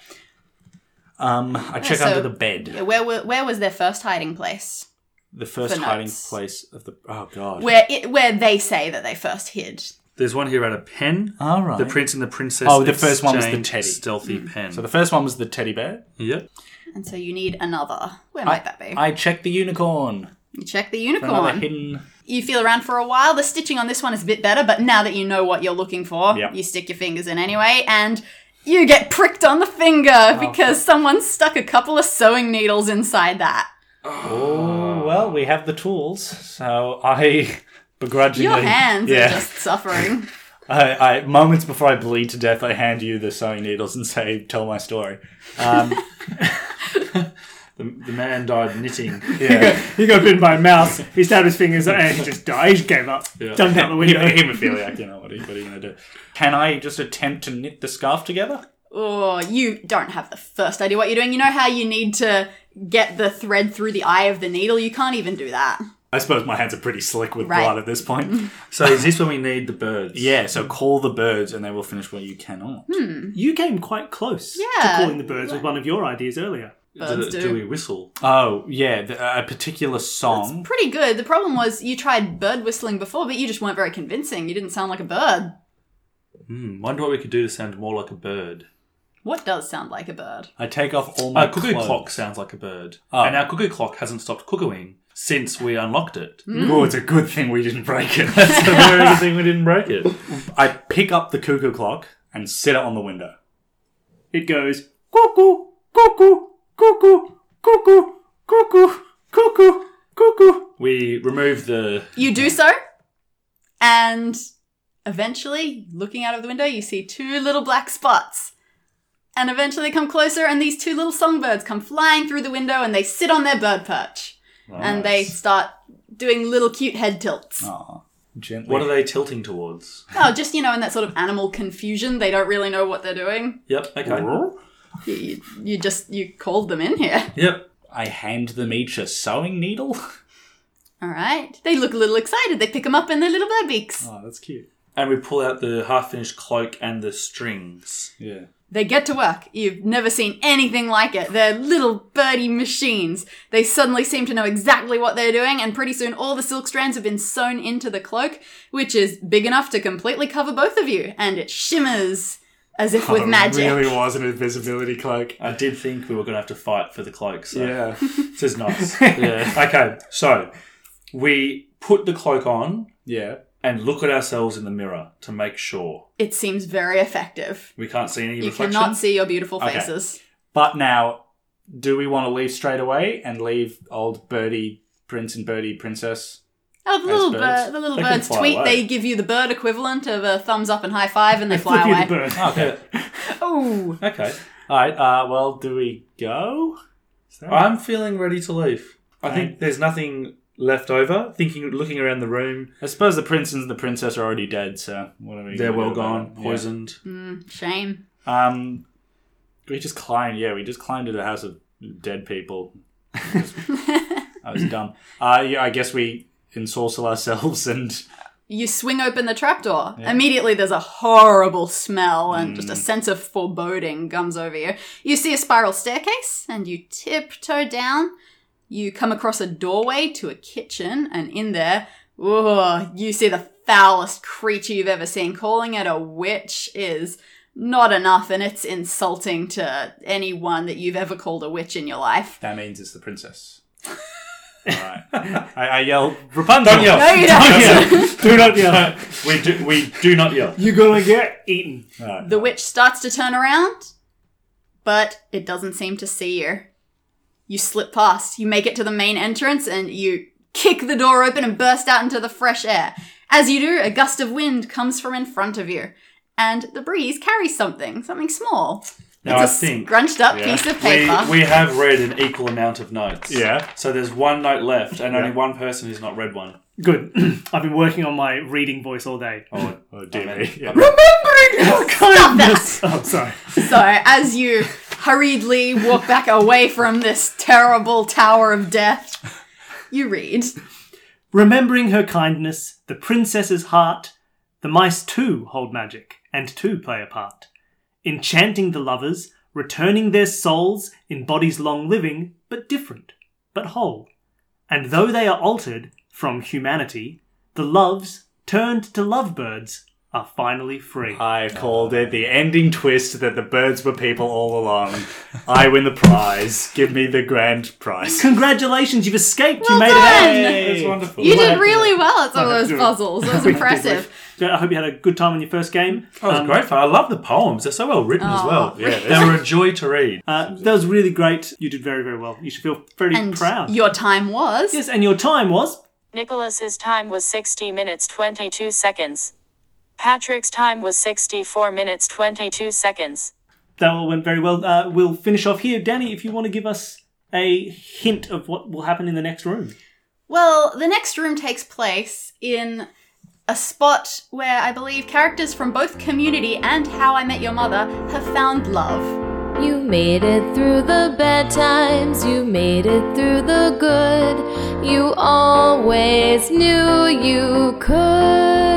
D: Um, I check
C: so-
D: under the bed.
C: Yeah, where, were, where was their first hiding place?
D: The first
C: For
D: hiding
C: notes.
D: place of the. Oh, God.
C: Where it, where they say that they first hid.
E: There's one here about a pen.
D: All right.
E: The prince and the princess.
D: Oh, the first one was the
E: exchange
D: teddy. Hmm.
E: Stealthy pen.
D: so the first one was the teddy bear.
E: yep.
C: And so, you need another. Where might that be?
D: I checked the unicorn.
C: you check the
D: Another
C: unicorn.
D: hidden.
C: you feel around for a while. The stitching on this one is a bit better, but now that you know what you're looking for,
D: Yep.
C: you stick your fingers in anyway, and you get pricked on the
D: Oh,
C: finger because someone stuck a couple of sewing needles inside that.
D: Oh, well, we have the tools, so I begrudgingly.
C: Your hands
D: yeah.
C: are just suffering.
D: I, I, moments before I bleed to death, I hand you the sewing needles and say, "Tell my story." Um,
E: The, the man died knitting.
D: yeah,
A: He got bitten by a mouse. He stabbed his fingers and he just died. He just gave up. Jumped out the
D: Hem-
A: window.
D: hemophiliac. You know what are, you- what are you going to do? Can I just attempt to knit the scarf together?
C: oh, you don't have the first idea what you're doing. You know how you need to get the thread through the eye of the needle? You can't even do that.
D: I suppose my hands are pretty slick with
C: Right.
D: blood at this point.
E: So is this when we need the birds?
D: yeah, so call the birds, and they
C: Hmm.
D: will finish what you cannot.
A: You came quite close
C: Yeah.
A: to calling the birds with one of your ideas earlier.
C: birds
E: do,
C: do.
E: do we whistle?
D: Oh, yeah, th- a particular
C: It's
D: song.
C: pretty good. The problem was you tried bird whistling before, but you just weren't very convincing. You didn't sound like a bird.
E: Hmm, wonder what we could do to sound more like a bird.
C: What does sound like a bird?
D: I take off all my
A: Uh,
E: Our cuckoo
D: clothes.
E: clock sounds like a bird,
D: Oh.
E: and our cuckoo clock hasn't stopped cuckooing since we unlocked it.
D: Oh, it's a good thing we didn't break it.
E: That's the very good thing we didn't break it.
D: I pick up the cuckoo clock and set it on the window.
A: It goes,
D: Cuckoo, cuckoo, cuckoo, cuckoo, cuckoo, cuckoo, cuckoo.
E: We removed the
C: You do so, and eventually, looking out of the window, you see two little black spots. And eventually, they come closer, and these two little songbirds come flying through the window, and they sit on their bird perch, and they start doing little cute head tilts. Oh.
D: Aw, gently.
E: what are they tilting towards?
C: just you know, in that sort of animal confusion, they don't really know what they're doing.
E: Yep. Okay.
C: You, you, you just you called them in here.
E: Yep.
D: I hand them each a sewing needle.
C: All right, they look a little excited. They pick them up in their little bird beaks.
D: Oh, that's cute.
E: And we pull out the half-finished cloak and the strings.
D: Yeah.
C: They get to work. You've never seen anything like it. They're little birdie machines. They suddenly seem to know exactly what they're doing, and pretty soon all the silk strands have been sewn into the cloak, which is big enough to completely cover both of you, and it shimmers as if
D: Oh,
C: with magic.
B: It really was an invisibility cloak.
E: I did think we were going to have to fight for the cloak. So
B: Yeah.
E: this is nice. yeah. Okay. So we put the cloak on
D: Yeah.
E: and look at ourselves in the mirror to make sure
C: It seems very effective.
E: we can't see any
C: You
E: reflection.
C: cannot see your beautiful
E: Okay.
C: faces.
D: But now, do we want to leave straight away and leave old birdie prince and birdie princess?
C: Oh, the little,
D: birds.
C: bir- the little
E: They can
C: birds
E: fly
C: tweet.
E: away.
C: They give you the bird equivalent of a thumbs up and high five, and they fly
A: "Look at the
C: away.
A: bird.
D: Okay.
C: Oh,
E: Okay.
D: All right. Uh, well, do we go? Is that-
E: I'm feeling ready to leave. I
D: Okay.
E: think there's nothing left over. Thinking, looking around the room,
D: I suppose the prince and the princess are already dead, so what are we?
E: they're
D: gonna do
E: well
D: about
E: gone,
D: it? Yeah.
E: poisoned.
C: shame.
D: Um, we just climbed. Yeah, we just climbed to the house of dead people. I was dumb. Uh, yeah, I guess we ensorcel ourselves and
C: you swing open the trapdoor. Immediately, there's a horrible smell and just a sense of foreboding comes over you. You see a spiral staircase and you tiptoe down. You come across a doorway to a kitchen, and in there, whoa, you see the foulest creature you've ever seen. Calling it a witch is not enough, and it's insulting to anyone that you've ever called a witch in your life.
D: that means it's the princess. All right. I, I yell, Rapunzel.
E: Don't yell.
C: No, you don't.
A: Do not uh, yell.
E: we do, we do not yell.
A: You're gonna get eaten.
C: The witch starts to turn around, but it doesn't seem to see you. You slip past, you make it to the main entrance, and you kick the door open and burst out into the fresh air. As you do, a gust of wind comes from in front of you, and the breeze carries something, something small.
E: Now I
C: it's a
E: think
C: scrunched up piece of paper.
E: we, we have read an equal amount of notes.
D: Yeah.
E: So there's one note left, and only one person who's not read one.
A: Good. I've been working on my reading voice all day.
E: Oh,
D: Oh, dear
E: I
D: me.
E: meant-
D: Yeah.
C: Stop that!
A: Oh, sorry.
C: So, as you hurriedly walk back away from this terrible tower of death, you read.
A: Remembering her kindness, the princess's heart, the mice too hold magic, and too play a part. Enchanting the lovers, returning their souls in bodies long living, but different, but whole. And though they are altered from humanity, the loves, turned to lovebirds, are finally free.
D: I called it the ending twist that the birds were people all along. I win the prize. Give me the grand prize.
A: Congratulations, you've escaped!
C: Well
A: you made
C: done!
A: it out!
E: That's wonderful.
C: You
A: Well,
C: did really well at some of those
A: doing-
C: puzzles. It was impressive.
A: So I hope you had a good time on your first game.
E: That was great fun. I love the poems. They're so well written as well.
D: Yeah,
E: They were a joy to read.
A: Uh, that was really great. You did very, very well. You should feel very
C: And
A: proud.
C: your time was.
A: yes, and your time was
F: Nicholas's time was 60 minutes 22 seconds. Patrick's time was 64 minutes 22 seconds.
A: that all went very well. Uh, we'll finish off here, Danny. If you want to give us a hint of what will happen in the next room,
C: Well, the next room takes place in a spot where I believe characters from both Community and How I Met Your Mother have found love.
G: You made it through the bad times, you made it through the good. You always knew you could.